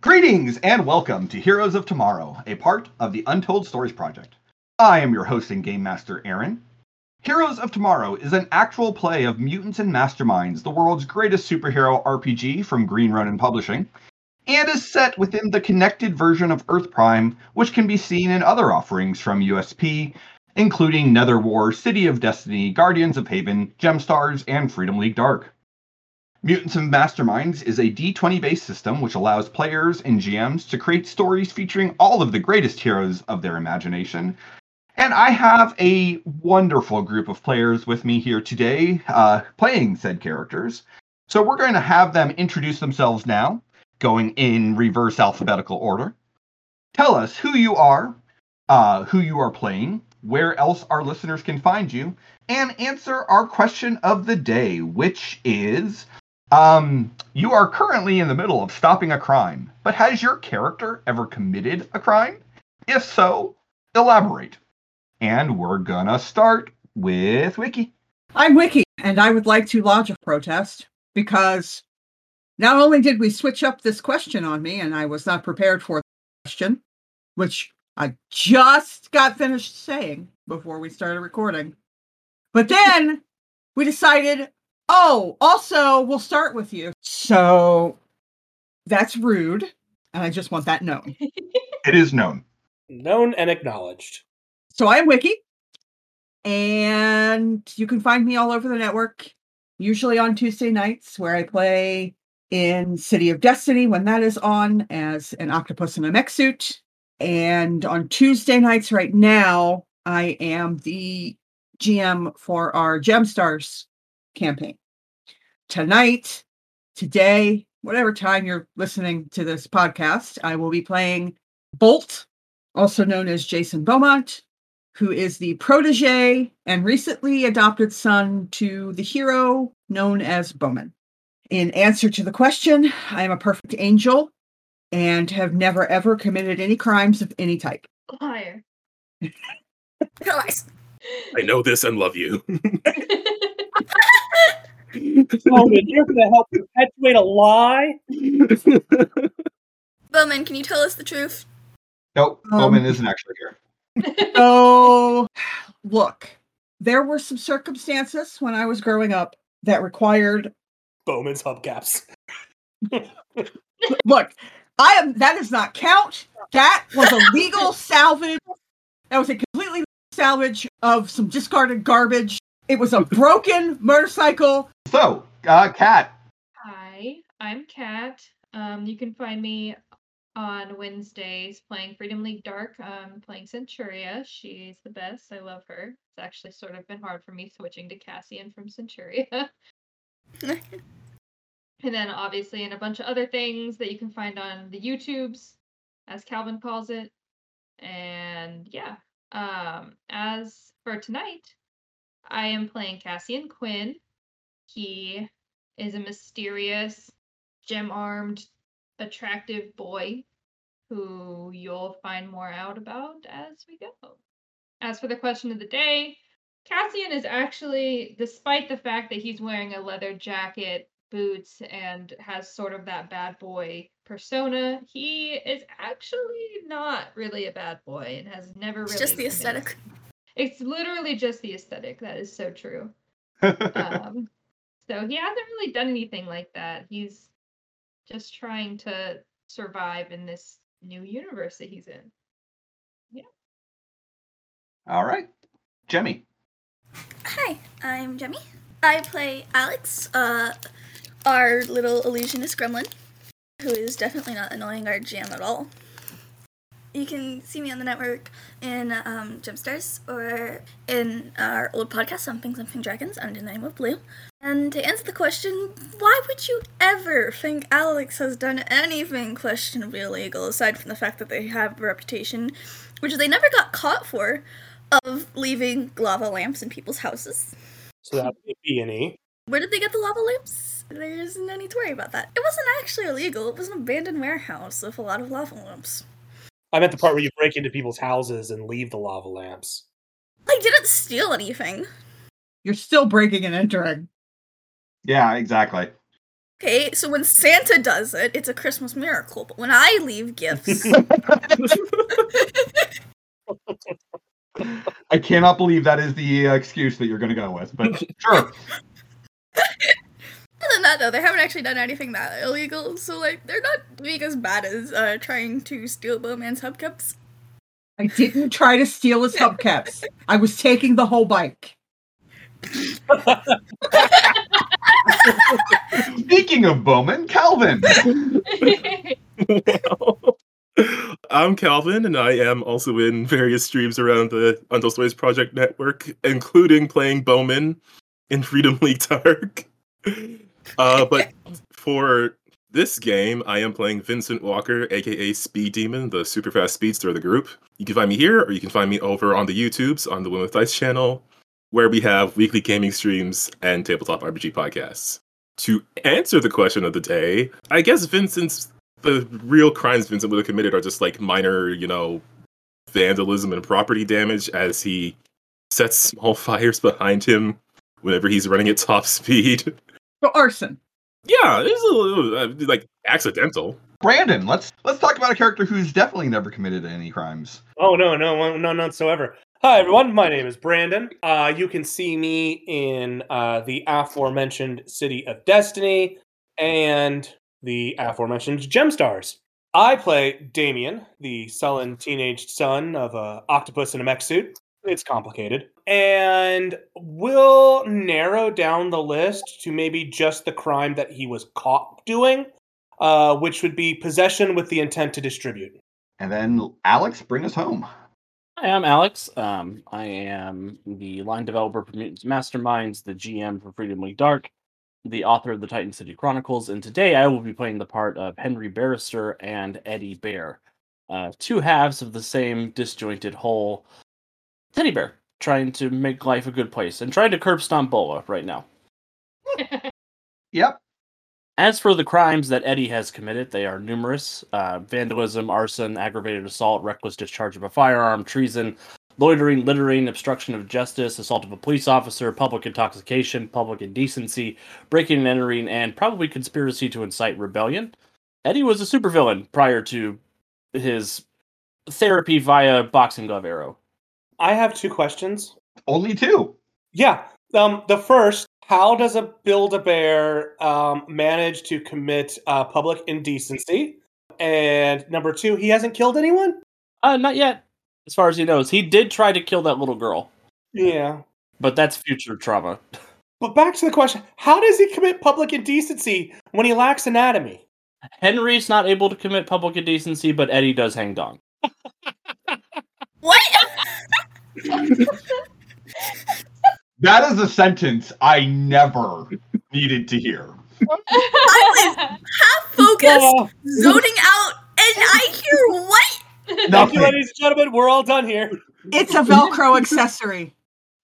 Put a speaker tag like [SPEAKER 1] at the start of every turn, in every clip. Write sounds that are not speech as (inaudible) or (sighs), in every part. [SPEAKER 1] Greetings and welcome to Heroes of Tomorrow, a part of the Untold Stories Project. I am your host and game master, Aaron. Heroes of Tomorrow is an actual play of Mutants and Masterminds, the world's greatest superhero RPG from Green Ronin Publishing, and is set within the connected version of Earth Prime, which can be seen in other offerings from USP, including Nether War, City of Destiny, Guardians of Haven, Gemstars, and Freedom League Dark. Mutants and Masterminds is a D20 based system which allows players and GMs to create stories featuring all of the greatest heroes of their imagination. And I have a wonderful group of players with me here today uh, playing said characters. So we're going to have them introduce themselves now, going in reverse alphabetical order. Tell us who you are, uh, who you are playing, where else our listeners can find you, and answer our question of the day, which is um, you are currently in the middle of stopping a crime, but has your character ever committed a crime? If so, elaborate. And we're gonna start with Wiki.
[SPEAKER 2] I'm Wiki, and I would like to lodge a protest because not only did we switch up this question on me, and I was not prepared for the question, which I just got finished saying before we started recording, but then we decided, oh, also, we'll start with you. So that's rude, and I just want that known.
[SPEAKER 1] It is known.
[SPEAKER 3] known and acknowledged.
[SPEAKER 2] So I'm Wiki, and you can find me all over the network, usually on Tuesday nights, where I play in City of Destiny when that is on as an octopus in a mech suit. And on Tuesday nights, right now, I am the GM for our Gemstars campaign. Tonight, today, whatever time you're listening to this podcast, I will be playing Bolt, also known as Jason Beaumont, who is the protege and recently adopted son to the hero known as Bowman. In answer to the question, I am a perfect angel and have never ever committed any crimes of any type.
[SPEAKER 4] Liar.
[SPEAKER 5] Guys,
[SPEAKER 6] I know this and love you.
[SPEAKER 3] Bowman, you're going to help perpetuate a lie.
[SPEAKER 5] Bowman, can you tell us the truth?
[SPEAKER 1] Nope,
[SPEAKER 2] Um,
[SPEAKER 1] Bowman isn't actually here.
[SPEAKER 2] So, look, there were some circumstances when I was growing up that required.
[SPEAKER 3] Bowman's hubcaps.
[SPEAKER 2] Look, I am. That does not count. That was a legal salvage. That was a completely legal salvage of some discarded garbage. It was a broken motorcycle.
[SPEAKER 1] So, uh, Kat, (laughs)
[SPEAKER 4] Hi, I'm Kat. Um, you can find me on Wednesdays playing Freedom League Dark. Um, playing Centuria. She's the best. I love her. It's actually sort of been hard for me switching to Cassian from Centuria. (laughs) and then obviously in a bunch of other things that you can find on the YouTubes, as Calvin calls it. And yeah. Um, as for tonight, I am playing Cassian Quinn. He is a mysterious, gem armed, attractive boy who you'll find more out about as we go. As for the question of the day, Cassian is actually, despite the fact that he's wearing a leather jacket, boots, and has sort of that bad boy persona, he is actually not really a bad boy and has never really.
[SPEAKER 5] It's just the
[SPEAKER 4] committed-
[SPEAKER 5] aesthetic.
[SPEAKER 4] It's literally just the aesthetic. That is so true
[SPEAKER 1] (laughs)
[SPEAKER 4] um, so he hasn't really done anything like that. He's just trying to survive in this new universe that
[SPEAKER 1] (laughs)
[SPEAKER 4] he's in.
[SPEAKER 1] all right, Jemmy.
[SPEAKER 5] Hi, I'm Jemmy. I play Alex, uh, our little illusionist gremlin, who is definitely not annoying our GM at all. You can see me on the network in um, Gemstars or in our old podcast, Something Something Dragons, under the name of Blue. And to answer the question, why would you ever think Alex has done anything questionably illegal aside from the fact that they have a reputation, which they never got caught for, of leaving lava lamps in people's houses.
[SPEAKER 3] So that would be an E.
[SPEAKER 5] Where did they get the lava lamps? There isn't any to worry about that. It wasn't actually illegal. It was an abandoned warehouse with a lot of lava lamps.
[SPEAKER 3] I meant the part where you break into people's houses and leave the lava lamps.
[SPEAKER 5] I didn't steal anything.
[SPEAKER 2] You're still breaking and entering.
[SPEAKER 1] Yeah, exactly.
[SPEAKER 5] Okay, so when Santa does it, it's a Christmas miracle. But when I leave gifts,
[SPEAKER 1] I cannot believe that is the uh, excuse that you're going to go with, but sure.
[SPEAKER 5] Other than that, though, they haven't actually done anything that illegal, so like they're not being as bad as uh, trying to steal Bowman's hubcaps.
[SPEAKER 2] I didn't try to steal his hubcaps. I was taking the whole bike.
[SPEAKER 1] Speaking of Bowman, Calvin.
[SPEAKER 6] (laughs) I'm Calvin, and I am also in various streams around the Untold Stories Project Network, including playing Bowman in Freedom (laughs) League Dark. Uh, but for this game, I am playing Vincent Walker, aka Speed Demon, the super fast speedster of the group. You can find me here, or you can find me over on the YouTubes on the Women with Dice channel, where we have weekly gaming streams and tabletop RPG podcasts. To answer the question of the day, I guess Vincent's the real crimes Vincent would have committed are just like minor, you know, vandalism and property damage as he sets small (laughs) fires behind him whenever he's running at top speed. (laughs)
[SPEAKER 2] So arson.
[SPEAKER 6] Yeah, it's a little uh, like accidental.
[SPEAKER 1] Brandon, let's let's talk about a character who's definitely never committed any crimes.
[SPEAKER 3] Oh no, no, no, none whatsoever. Hi everyone, my name is Brandon. Uh, you can see me in uh, the aforementioned City of Destiny and the aforementioned Gemstars. I play Damien, the sullen teenage son of a octopus in a mech suit. It's complicated. And we'll narrow down the list to maybe just the crime that he was caught doing, uh, which would be possession with the intent to distribute.
[SPEAKER 1] And then Alex, bring us home.
[SPEAKER 7] Hi, I'm Alex. Um, I am the line developer for Mutants Masterminds, the GM for Freedom League Dark, the author of the Titan City Chronicles, and today I will be playing the part of Henry Barrister and Eddie Bear, uh, two halves of the same disjointed whole teddy bear, trying to make life a good place and trying to curb stomp Bola right now.
[SPEAKER 1] Yep.
[SPEAKER 7] As for the crimes that Eddie has committed, they are numerous uh, vandalism, arson, aggravated assault, reckless discharge of a firearm, treason, loitering, littering, obstruction of justice, assault of a police officer, public intoxication, public indecency, breaking and entering, and probably conspiracy to incite rebellion. Eddie was a supervillain prior to his therapy via boxing glove arrow.
[SPEAKER 3] I have two questions.
[SPEAKER 1] Only two.
[SPEAKER 3] Yeah. Um, the first, how does a Build a Bear um, manage to commit uh, public indecency? And number two, he hasn't killed anyone?
[SPEAKER 7] Uh, not yet, as far as he knows. He did try to kill that little girl,
[SPEAKER 3] Yeah.
[SPEAKER 7] but that's future trauma.
[SPEAKER 3] But back to the question how does he commit public indecency when he lacks anatomy?
[SPEAKER 7] Henry's not able to commit public indecency, but Eddie does hang dong.
[SPEAKER 5] What?
[SPEAKER 1] That is a sentence I never (laughs) needed to hear.
[SPEAKER 5] Half focused, zoning out, and I hear what?
[SPEAKER 3] Thank you,
[SPEAKER 1] Nothing.
[SPEAKER 3] ladies and gentlemen. We're all done
[SPEAKER 1] (laughs)
[SPEAKER 3] here.
[SPEAKER 2] It's a Velcro accessory.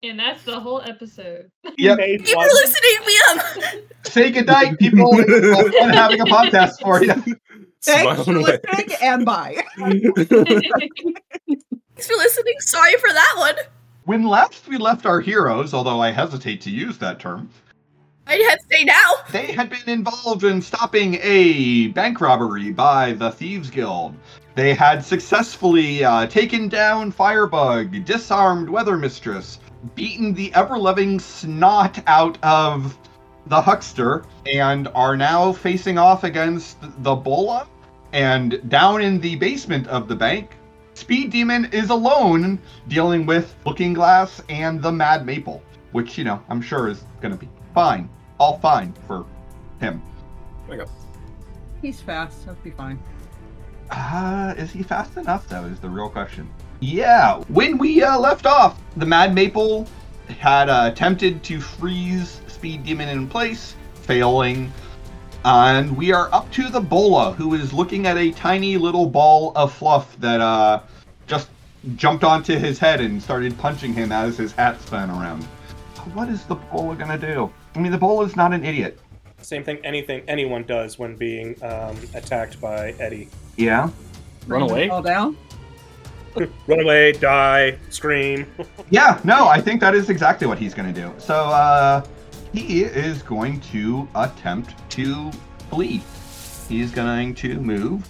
[SPEAKER 4] and that's the whole
[SPEAKER 1] (laughs)
[SPEAKER 4] episode.
[SPEAKER 1] Yep.
[SPEAKER 3] Made
[SPEAKER 5] You
[SPEAKER 3] one.
[SPEAKER 5] were listening, Liam.
[SPEAKER 1] Say goodnight, people.
[SPEAKER 3] (laughs)
[SPEAKER 1] It's fun having a podcast for you.
[SPEAKER 2] Thanks for
[SPEAKER 6] Smile
[SPEAKER 2] listening and bye.
[SPEAKER 6] away.
[SPEAKER 5] Thanks for listening. Sorry for that one.
[SPEAKER 1] When last we left our heroes, although I hesitate to use that term,
[SPEAKER 5] I'd have to say now.
[SPEAKER 1] they had been involved in stopping a bank robbery by the Thieves Guild. They had successfully uh, taken down Firebug, disarmed Weather Mistress, beaten the ever loving snot out of the Huckster, and are now facing off against the Bola. And down in the basement of the bank, Speed Demon is alone dealing with Looking Glass and the Mad Maple, which, you know, I'm sure is going to be fine all fine for him.
[SPEAKER 2] He's fast. He'll be fine.
[SPEAKER 1] Uh, is he fast enough, though, is the real question. Yeah, when we uh, left off, the Mad Maple had uh, attempted to freeze Speed Demon in place, failing. And we are up to the Bola, who is looking at a tiny little ball of fluff that uh, just jumped onto his head and started punching him as his hat spun around. What is the Bola gonna do? I mean, the Bola's not an idiot.
[SPEAKER 3] Same thing anything anyone does when being um, attacked by Eddie.
[SPEAKER 1] Yeah.
[SPEAKER 7] Run away?
[SPEAKER 2] Fall down.
[SPEAKER 3] Run away, die, scream.
[SPEAKER 1] Yeah, no, I think that is exactly what he's going to do. So, uh, He is going to attempt to flee. He's going to move.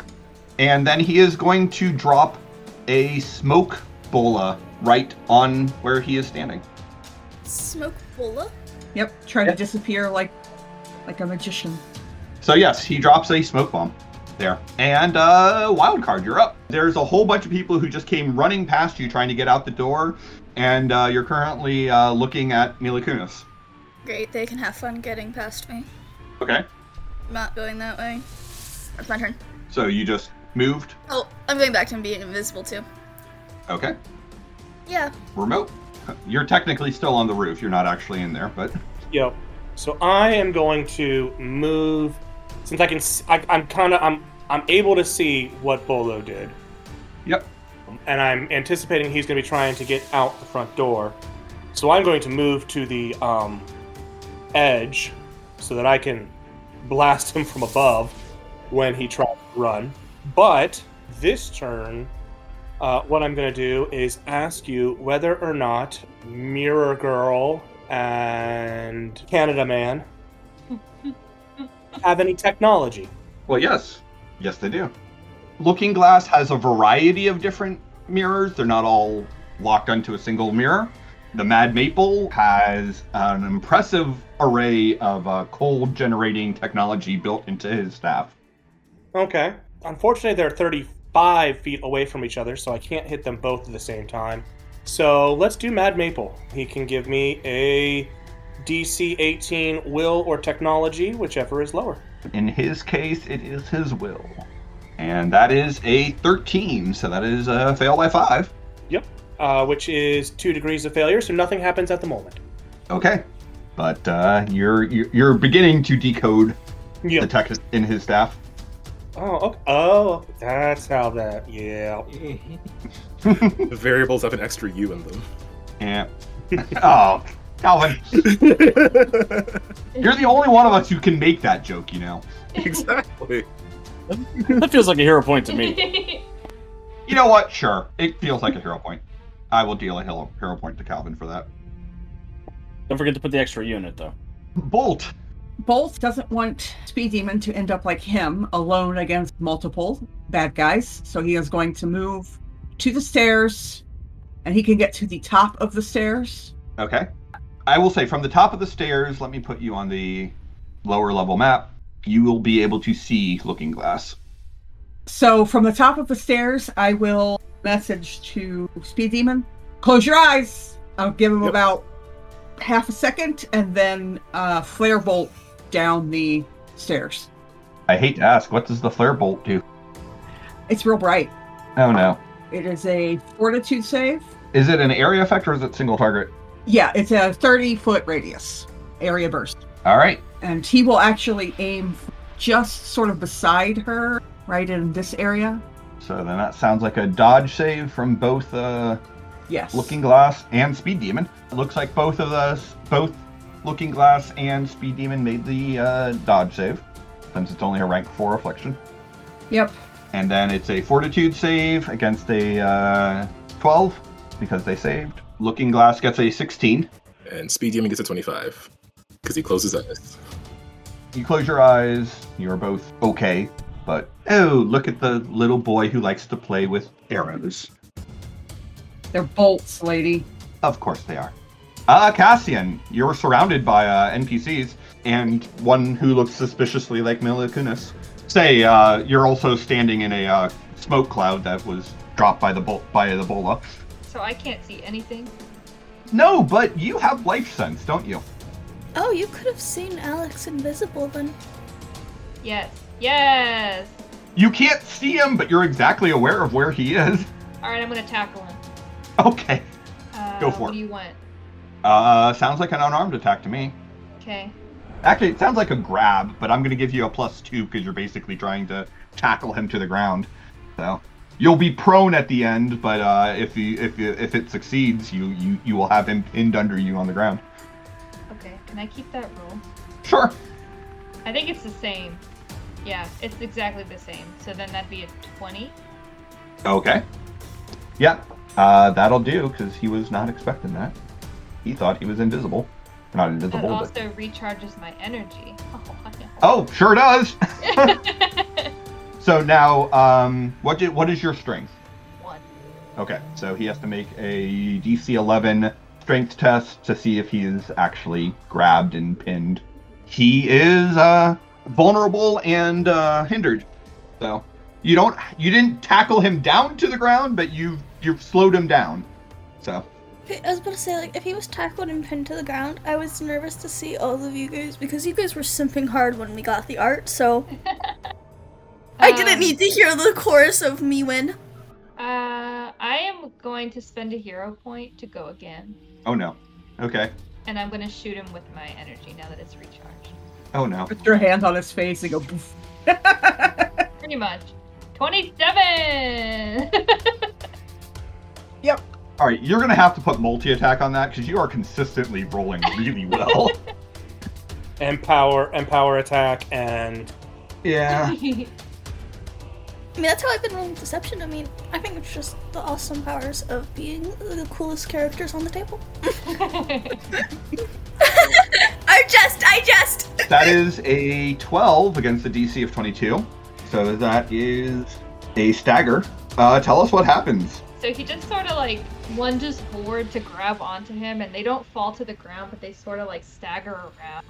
[SPEAKER 1] And then he is going to drop a smoke bola right on where he is standing.
[SPEAKER 5] Smoke bola?
[SPEAKER 2] Yep, try
[SPEAKER 1] Yeah.
[SPEAKER 2] to disappear like like a magician.
[SPEAKER 1] So yes, he drops a smoke bomb there. And uh wild card, you're up. There's a whole bunch of people who just came running past you trying to get out the door, and uh, you're currently uh, looking at Mila Kunis.
[SPEAKER 5] Great, they can have fun getting past me.
[SPEAKER 1] Okay.
[SPEAKER 5] I'm not going that way. That's my turn.
[SPEAKER 1] So you just moved.
[SPEAKER 5] Oh, I'm going back to being invisible too.
[SPEAKER 1] Okay.
[SPEAKER 5] Yeah.
[SPEAKER 1] Remote. You're technically still on the roof. You're not actually in there, but
[SPEAKER 3] Yep. So I am going to move since I can. s- I, am kind of. I'm. I'm able to see what Bolo did.
[SPEAKER 1] Yep.
[SPEAKER 3] And I'm anticipating he's going to be trying to get out the front door. So I'm going to move to the um, edge so that I can blast (laughs) him from above when he tries to run. But this turn, uh, what I'm going to do is ask you whether or not Mirror Girl and Canada Man have any technology.
[SPEAKER 1] Well, yes. Yes, they do. Looking Glass has a variety of different mirrors. They're not all locked onto a single mirror. The Mad Maple has an impressive array of uh, cold generating technology built into his staff.
[SPEAKER 3] Okay. Unfortunately, they're 35 feet away from each other, so I can't hit them both at the same time. So let's do Mad Maple. He can give me a DC 18 will or technology, whichever is lower.
[SPEAKER 1] In his case, it is his will. And that is a 13, so that is a fail by 5.
[SPEAKER 3] uh, which is two degrees of failure, so nothing happens at the moment.
[SPEAKER 1] Okay. But uh, you're you're you're beginning to decode the
[SPEAKER 3] Yeah.
[SPEAKER 1] tech in his staff.
[SPEAKER 3] Oh, okay. oh, that's how that. Yeah.
[SPEAKER 6] (laughs) The variables have an extra U in them.
[SPEAKER 1] Yeah. (laughs) oh, Calvin. You're the only one of us who can make that joke, you know.
[SPEAKER 6] exactly.
[SPEAKER 7] That feels like a hero point
[SPEAKER 4] (laughs)
[SPEAKER 7] to me.
[SPEAKER 1] You know what? Sure. It feels like a hero point. I will deal a hero, hero point to Calvin for that.
[SPEAKER 7] Don't forget to put the extra unit though.
[SPEAKER 1] Bolt.
[SPEAKER 2] Bolt doesn't want Speed Demon to end up like him, alone against multiple bad guys. So he is going to move to the stairs and he can get to the top of the stairs.
[SPEAKER 1] Okay. I will say from the top of the stairs, let me put you on the lower level map. You will be able to see Looking Glass.
[SPEAKER 2] So from the top of the stairs, I will message to Speed Demon close your eyes. I'll give him
[SPEAKER 6] Yep.
[SPEAKER 2] about half a second and then uh, flare bolt down the stairs.
[SPEAKER 1] I hate to ask, what does the flare bolt do?
[SPEAKER 2] It's real bright.
[SPEAKER 1] Oh no.
[SPEAKER 2] It is a fortitude save.
[SPEAKER 1] Is it an area effect or is it single target?
[SPEAKER 2] Yeah, it's a 30 foot radius area burst.
[SPEAKER 1] All right.
[SPEAKER 2] And he will actually aim just sort of beside her, right in this area.
[SPEAKER 1] So then that sounds like a dodge save from both uh,
[SPEAKER 2] Yes.
[SPEAKER 1] Looking Glass and Speed Demon. It looks like both of us, both Looking Glass and Speed Demon, made the uh, dodge save, since it's only a rank four affliction.
[SPEAKER 2] Yep.
[SPEAKER 1] And then it's a Fortitude save against a uh, 12 because they saved. Looking Glass gets a 16.
[SPEAKER 6] And Speed Demon gets a 25 because he closes his eyes.
[SPEAKER 1] You close your eyes. You're both okay, but oh, look at the little boy who likes to play with arrows.
[SPEAKER 2] They're bolts, lady.
[SPEAKER 1] Of course they are. Uh, Cassian, you're surrounded by uh, NPCs and one who looks suspiciously like Mila Kunis. Say, uh, you're also standing in a uh, smoke cloud that was dropped by the bol- by the bola.
[SPEAKER 4] so I can't see anything.
[SPEAKER 1] No, but you have life sense, don't you?
[SPEAKER 5] Oh, you could have seen Alex invisible then.
[SPEAKER 4] Yes. Yes.
[SPEAKER 1] You can't see him, but you're exactly aware of where he is. (laughs)
[SPEAKER 4] All right, I'm gonna tackle him.
[SPEAKER 1] Okay.
[SPEAKER 4] Uh,
[SPEAKER 1] Go for
[SPEAKER 4] What
[SPEAKER 1] it.
[SPEAKER 4] do you want?
[SPEAKER 1] Uh, sounds like an unarmed attack to me.
[SPEAKER 4] Okay.
[SPEAKER 1] Actually, it sounds like a grab, but I'm going to give you a plus two because you're basically trying to tackle him to the ground. So you'll be prone at the end, but uh, if you if you, if it succeeds, you, you you will have him pinned under you on the ground.
[SPEAKER 4] Okay. Can I keep that roll?
[SPEAKER 1] Sure.
[SPEAKER 4] I think it's the same. Yeah, it's exactly the same. So then that'd be a 20.
[SPEAKER 1] Okay. Yeah, uh, that'll do because he was not expecting that. He thought he was invisible. Not into the
[SPEAKER 4] That
[SPEAKER 1] whole
[SPEAKER 4] also recharges my energy. Oh, wow.
[SPEAKER 1] Oh, sure does. (laughs) So now, um, what do, what is your strength?
[SPEAKER 4] (laughs) One.
[SPEAKER 1] Okay, so he has to make a DC 11 strength test to see if he is actually grabbed and pinned. He is uh, vulnerable and uh, hindered. So you don't you didn't tackle him down to the ground, but you you've slowed him down. So
[SPEAKER 5] I was about to say, like, if he was tackled and pinned to the ground, I was nervous to see all of you guys because you guys were simping hard when we got the art, so I didn't
[SPEAKER 4] Um,
[SPEAKER 5] need to hear the chorus of me win.
[SPEAKER 4] Uh, I am going to spend a hero point to go again,
[SPEAKER 1] oh no, okay,
[SPEAKER 4] and I'm going to shoot him with my energy now that it's recharged.
[SPEAKER 1] oh no,
[SPEAKER 2] Put your hand on his face and go. Poof. (laughs)
[SPEAKER 4] Pretty much. 27!
[SPEAKER 1] all right, you're gonna have to put multi attack on that because you are consistently rolling really well.
[SPEAKER 3] Empower, empower attack, and
[SPEAKER 1] yeah,
[SPEAKER 5] I mean, that's how I've been rolling deception. I mean, I think it's just the awesome powers of being the coolest characters on the table. I just, I just.
[SPEAKER 1] that is a 12 against the DC of 22. So that is a stagger. Uh, tell us what happens.
[SPEAKER 4] (laughs) so he just sort of like lunges forward to grab onto him, and they don't fall to the ground, but they sort of like stagger around.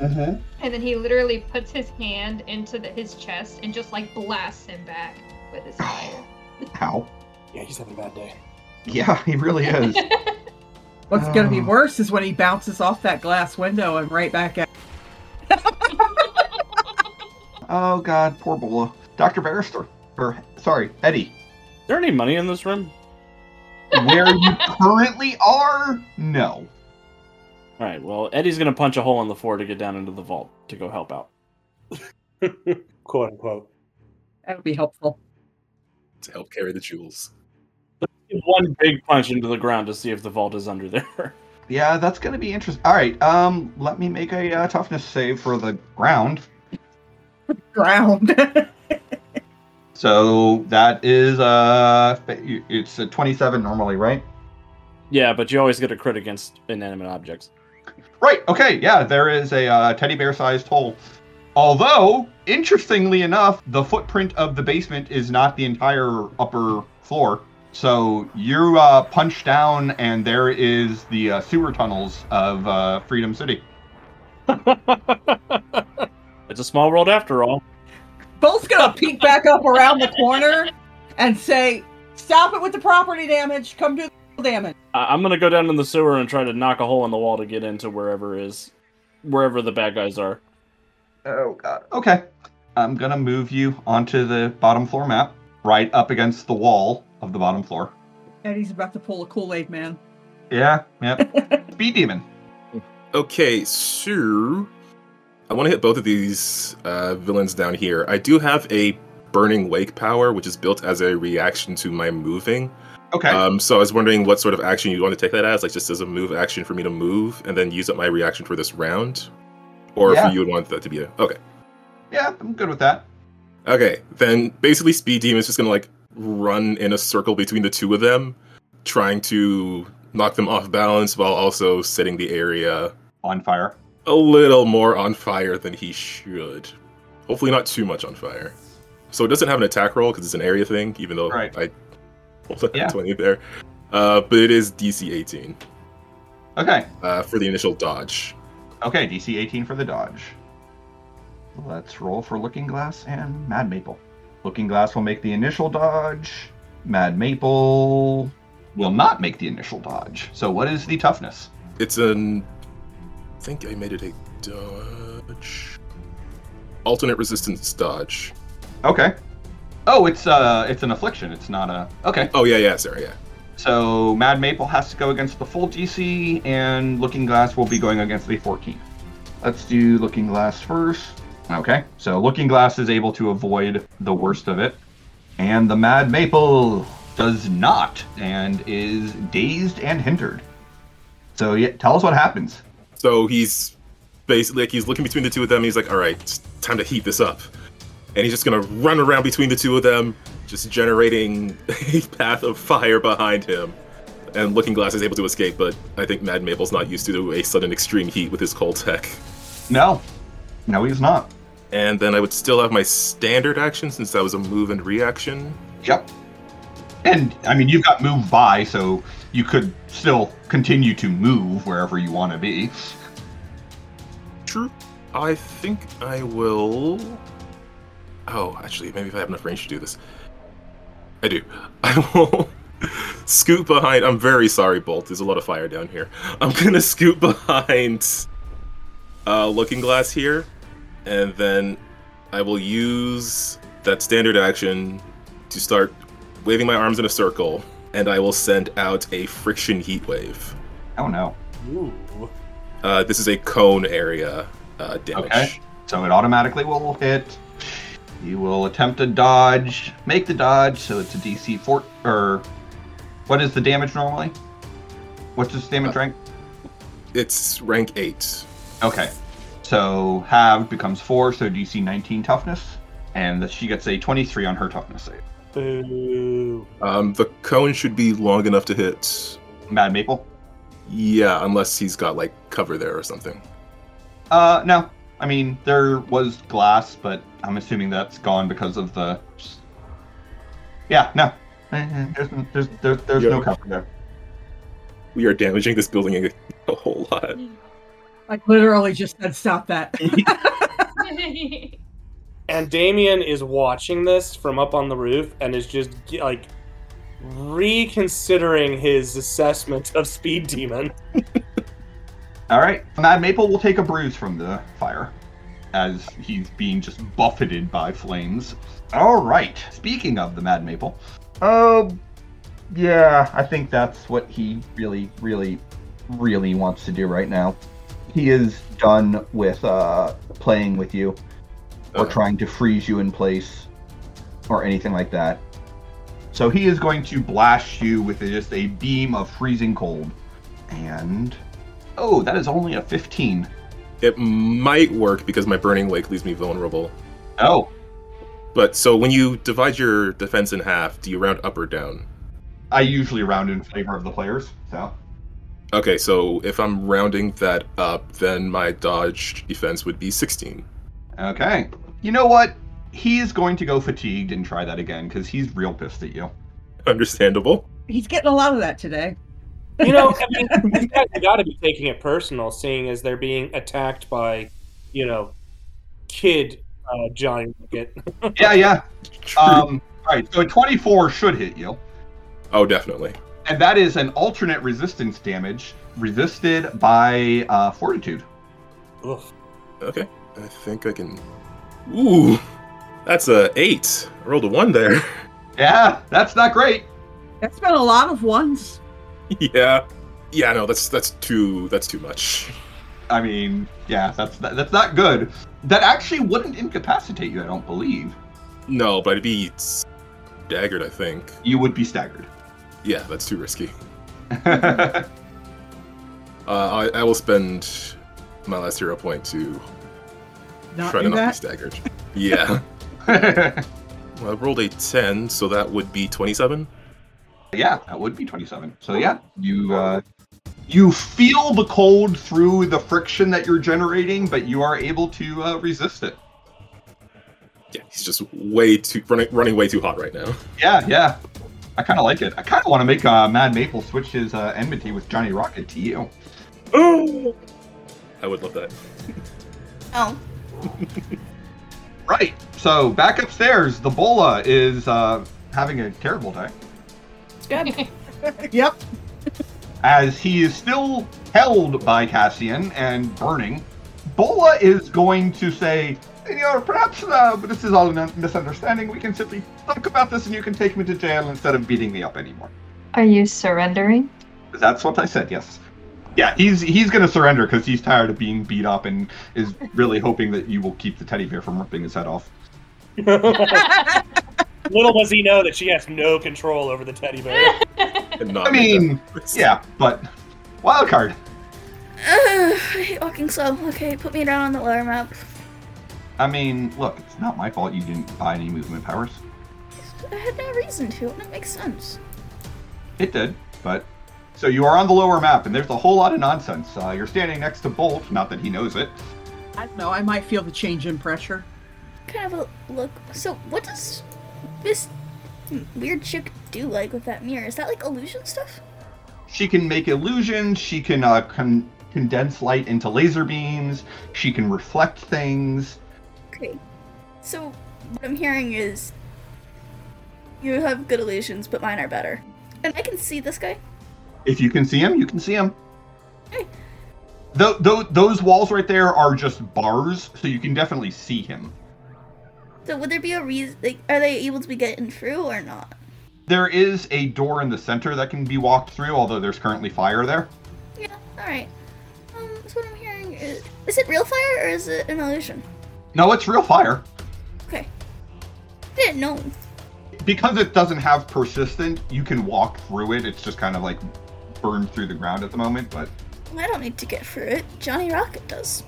[SPEAKER 1] Mm-hmm.
[SPEAKER 4] And then he literally puts his hand into the, his chest and just like blasts him back with his fire.
[SPEAKER 1] How?
[SPEAKER 3] yeah, he's having a bad day.
[SPEAKER 1] Yeah, (laughs) he really is.
[SPEAKER 2] What's gonna be
[SPEAKER 1] Oh.
[SPEAKER 2] worse is when he bounces off that glass window and right back at.
[SPEAKER 1] oh God, poor Bola. Dr. Barrister, or sorry, Eddie,
[SPEAKER 7] Is there any money in this room?
[SPEAKER 1] where you currently are? No.
[SPEAKER 7] All right. Well, Eddie's gonna punch a hole in the floor to get down into the vault to go help out.
[SPEAKER 3] Quote unquote.
[SPEAKER 2] That would be helpful.
[SPEAKER 6] to help carry the jewels.
[SPEAKER 7] Give One big punch into the ground to see if the vault is under there. (laughs)
[SPEAKER 1] Yeah, that's gonna be interesting. All right, um, let me make a uh, toughness save for the ground.
[SPEAKER 2] Ground. (laughs)
[SPEAKER 1] So that is uh, it's a 27 normally, right?
[SPEAKER 7] yeah, but you always get a crit against inanimate objects.
[SPEAKER 1] Right. Okay. Yeah, there is a uh, teddy bear sized hole. Although, interestingly enough, the footprint of the basement is not the entire upper floor. So you uh, punch down, and there is the uh, sewer tunnels of uh, Freedom City.
[SPEAKER 7] It's a small world after all.
[SPEAKER 2] Bolt's gonna peek back up around the corner and say, "Stop it with the property damage. Come do the damage."
[SPEAKER 7] I- I'm gonna go down in the sewer and try to knock a hole in the wall to get into wherever is, wherever the bad guys are.
[SPEAKER 1] Oh God. Okay. I'm gonna move you onto the bottom floor map, right up against the wall of the bottom floor.
[SPEAKER 2] Eddie's about to pull a Kool Aid man. (laughs)
[SPEAKER 1] Yeah. Yep. Speed demon.
[SPEAKER 6] Okay, so I want to hit both of these uh, villains down here. I do have a burning wake power, which is built as a reaction to my moving.
[SPEAKER 1] Okay.
[SPEAKER 6] Um, so I was wondering what sort of action you want to take that as, like just as a move action for me to move and then use up my reaction for this round, or
[SPEAKER 1] Yeah.
[SPEAKER 6] if you would want that to be a okay.
[SPEAKER 1] yeah, I'm good with that.
[SPEAKER 6] Okay, then basically Speed Demon is just gonna like run in a circle between the two of them, trying to knock them off balance while also setting the area
[SPEAKER 1] On fire.
[SPEAKER 6] a little more on fire than he should. Hopefully not too much on fire. So it doesn't have an attack roll because it's an area thing, even though
[SPEAKER 1] Right.
[SPEAKER 6] I rolled a
[SPEAKER 1] Yeah.
[SPEAKER 6] 20 there. Uh, but it is DC 18
[SPEAKER 1] Okay.
[SPEAKER 6] uh, for the initial dodge.
[SPEAKER 1] Okay, DC 18 for the dodge. Let's roll for Looking Glass and Mad Maple. Looking Glass will make the initial dodge. Mad Maple will not make the initial dodge. So what is the toughness?
[SPEAKER 6] It's an. I think I made it a dodge. Alternate resistance dodge.
[SPEAKER 1] Okay. Oh, it's uh it's an affliction. It's not a Okay.
[SPEAKER 6] Oh, yeah, yeah, sorry, yeah.
[SPEAKER 1] So Mad Maple has to go against the full DC and Looking Glass will be going against the 14. Let's do Looking Glass first. Okay. So Looking Glass is able to avoid the worst of it. And the Mad Maple does not and is dazed and hindered. So yeah, tell us what happens.
[SPEAKER 6] So he's basically like he's looking between the two of them. He's like, all right, it's time to heat this up. And he's just gonna run (laughs) around between the two of them, just generating a path of fire behind him. and Looking Glass is able to escape, but I think Mad Mabel's not used to a sudden extreme heat with his cold tech.
[SPEAKER 1] No. No, he's not.
[SPEAKER 6] And then I would still have my standard action since that was a move and reaction.
[SPEAKER 1] Yep. And I mean, you've got move by, so you could still continue to move wherever you want to be.
[SPEAKER 6] True. I think I will. Oh, actually, maybe if I have enough range to do this. I do. (laughs) I will (laughs) scoot behind. I'm very sorry, Bolt. There's a lot of fire down here. I'm (laughs) gonna scoot behind uh, Looking Glass here, and then I will use that standard action to start waving my arms in a circle, and I will send out a friction heat wave.
[SPEAKER 1] Oh no.
[SPEAKER 3] Ooh.
[SPEAKER 6] Uh, this is a cone area uh, damage.
[SPEAKER 1] Okay. So it automatically will hit. You will attempt to dodge, make the dodge, so it's a DC 4 or what is the damage normally? What's its damage
[SPEAKER 6] Uh,
[SPEAKER 1] rank?
[SPEAKER 6] It's rank eight.
[SPEAKER 1] Okay. So halved becomes 4, so DC 19 toughness and she gets a 23 on her toughness save.
[SPEAKER 3] Boo.
[SPEAKER 6] Um, the cone should be long enough to hit.
[SPEAKER 1] Mad Maple?
[SPEAKER 6] Yeah, unless he's got like cover there or something.
[SPEAKER 1] Uh no. I mean, there was glass, but I'm assuming that's gone because of the Yeah, no. Eh, There's, there's, there's, there's no
[SPEAKER 6] Yeah.
[SPEAKER 1] cover there.
[SPEAKER 6] We are damaging this building a, (laughs) a whole lot.
[SPEAKER 2] Like literally just said stop that.
[SPEAKER 3] And Damien is watching this from up on the roof and is just ge- like reconsidering his assessment of Speed Demon.
[SPEAKER 1] All right. Mad Maple will take a bruise from the fire as he's being just buffeted by flames. All right. Speaking of the Mad Maple. Oh, yeah. I think that's what he really, really, really wants to do right now. He is done with uh, playing with you or
[SPEAKER 6] Uh,
[SPEAKER 1] trying to freeze you in place or anything like that. So he is going to blast you with just a beam of freezing cold. And oh, that is only a 15.
[SPEAKER 6] It might work because my burning wake leaves me vulnerable.
[SPEAKER 1] Oh,
[SPEAKER 6] But so when you divide your defense in half, do you round up or down?
[SPEAKER 1] I usually round in favor of the players. So
[SPEAKER 6] Okay, so if I'm rounding that up, then my dodge defense would be 16.
[SPEAKER 1] okay, you know what? He is going to go fatigued and try that again because he's real pissed at you.
[SPEAKER 6] Understandable.
[SPEAKER 2] He's getting a lot of that today.
[SPEAKER 3] You know, I mean, (laughs) these guys have got to be taking it personal, seeing as they're being attacked by, you know, kid uh, Johnny (laughs) Rocket.
[SPEAKER 1] yeah, yeah.
[SPEAKER 6] True.
[SPEAKER 1] Um, all right, so a 24 should hit you.
[SPEAKER 6] oh, definitely.
[SPEAKER 1] And that is an alternate resistance damage resisted by uh, fortitude.
[SPEAKER 3] Ugh.
[SPEAKER 6] Okay, I think I can. Ooh, that's a eight. I rolled a one there. (laughs)
[SPEAKER 1] Yeah, that's not great.
[SPEAKER 2] (laughs) That's been a lot of ones.
[SPEAKER 6] yeah, yeah. No, that's that's too that's too much.
[SPEAKER 1] I mean, yeah, that's that, that's not good. That actually wouldn't incapacitate you, I don't believe.
[SPEAKER 6] No, but I'd be staggered. I think.
[SPEAKER 1] You would be staggered. (laughs)
[SPEAKER 6] Yeah, that's too risky.
[SPEAKER 1] okay.
[SPEAKER 6] Uh, I, I will spend my last hero point to
[SPEAKER 2] Not
[SPEAKER 6] try to
[SPEAKER 2] do
[SPEAKER 6] not be
[SPEAKER 2] that.
[SPEAKER 6] staggered. yeah.
[SPEAKER 2] (laughs)
[SPEAKER 6] Well, I rolled a ten, so that would be twenty-seven.
[SPEAKER 1] yeah, that would be 27. So yeah, you uh, you feel the cold through the friction that you're generating, but you are able to uh, resist it.
[SPEAKER 6] Yeah, he's just way too running running way too hot right now.
[SPEAKER 1] Yeah, yeah. I kind of like it. I kind of want to make uh, Mad Maple switch his uh, enmity with Johnny Rocket to you.
[SPEAKER 6] Oh, I would love that.
[SPEAKER 5] Oh,
[SPEAKER 1] Right. So back upstairs, the Bola is uh, having a terrible day.
[SPEAKER 2] Yep.
[SPEAKER 1] as he is still held by Cassian and burning, Bola is going to say, you know, perhaps uh, this is all a n- misunderstanding. We can simply talk about this and you can take me to jail instead of beating me up anymore.
[SPEAKER 4] (laughs) Are you surrendering?
[SPEAKER 1] That's what I said, yes. Yeah, he's he's going to surrender because he's tired of being beat up and is really hoping that you will keep the teddy bear from ripping his head off.
[SPEAKER 3] Little does he know that she has no control over the teddy bear.
[SPEAKER 6] And not
[SPEAKER 1] I mean, yeah, but wild card.
[SPEAKER 5] Ugh, I hate walking slow. Okay, put me down on the lower map.
[SPEAKER 1] I mean, look, it's not my fault you didn't buy any movement powers.
[SPEAKER 5] I had no reason to, and it makes sense.
[SPEAKER 1] It did, but So you are on the lower map, and there's a whole lot of nonsense. Uh, you're standing next to Bolt, not that he knows it.
[SPEAKER 2] I don't know. I might feel the change in pressure.
[SPEAKER 5] Kind of a look. So, what does this weird chick do like with that mirror? Is that like illusion stuff?
[SPEAKER 1] She can make illusions. She can uh, con- condense light into laser beams. She can reflect things.
[SPEAKER 5] Okay. So, what I'm hearing is you have good illusions, but mine are better. And I can see this guy.
[SPEAKER 1] If you can see him, you can see him.
[SPEAKER 5] Hey.
[SPEAKER 1] Tho- tho- those walls right there are just bars, so you can definitely see him.
[SPEAKER 5] So, would there be a reason? Like, are they able to be getting through or not?
[SPEAKER 1] There is a door in the center that can be walked through, although there's currently fire there.
[SPEAKER 5] Yeah. All right. Um. So what I'm hearing is, is it real fire or is it an illusion?
[SPEAKER 1] No, it's real fire.
[SPEAKER 5] Okay. I didn't know.
[SPEAKER 1] Because it doesn't have persistent, you can walk through it. It's just kind of like burned through the ground at the moment, but
[SPEAKER 5] I don't need to get through it. Johnny Rocket does.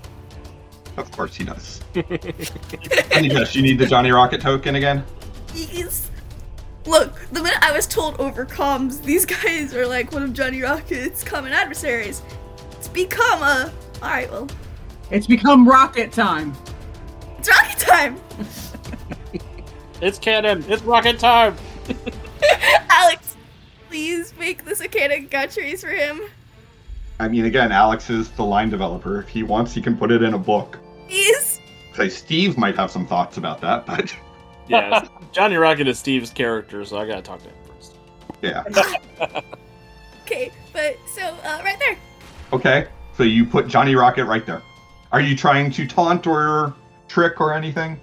[SPEAKER 1] of course he does. and yes, you need the Johnny Rocket token again.
[SPEAKER 5] He's. Look, the minute I was told over comms, these (laughs) guys are like one of Johnny Rocket's common adversaries. It's become a. Alright, well,
[SPEAKER 2] It's become rocket time.
[SPEAKER 5] it's rocket time! (laughs)
[SPEAKER 7] It's cannon. It's rocket time.
[SPEAKER 5] Alex, please make this a canon gotcheries for him.
[SPEAKER 1] I mean, again, Alex is the line developer. If he wants, he can put it in a book.
[SPEAKER 5] Please!
[SPEAKER 1] Say, Steve might have some thoughts about that, (laughs) but
[SPEAKER 7] Yeah, (laughs) Johnny Rocket is Steve's character, so I gotta talk to him first.
[SPEAKER 1] yeah.
[SPEAKER 5] Okay, but so, uh, right there.
[SPEAKER 1] Okay, so you put Johnny Rocket right there. Are you trying to taunt or trick or anything?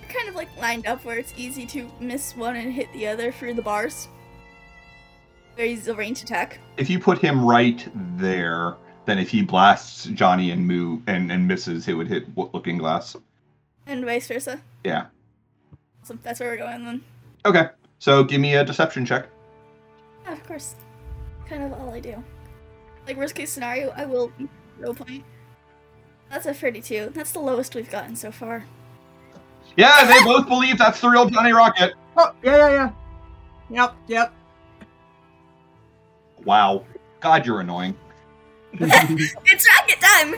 [SPEAKER 5] We're kind of like lined up where it's easy to miss one and hit the other through the bars. Where he's a ranged attack.
[SPEAKER 1] If you put him right there, then if he blasts Johnny and move and, and misses, it would hit Wo- Looking Glass.
[SPEAKER 5] And vice versa.
[SPEAKER 1] Yeah.
[SPEAKER 5] So that's where we're going then.
[SPEAKER 1] Okay, so give me a deception check.
[SPEAKER 5] Yeah, of course. Kind of all I do. Like worst case scenario, I will no point. That's a 32. That's the lowest we've gotten so far.
[SPEAKER 1] Yeah, they both believe that's the real Johnny Rocket.
[SPEAKER 2] Oh, yeah, yeah, yeah. Yep, yep.
[SPEAKER 1] Wow. God, you're annoying.
[SPEAKER 5] It's rocket time!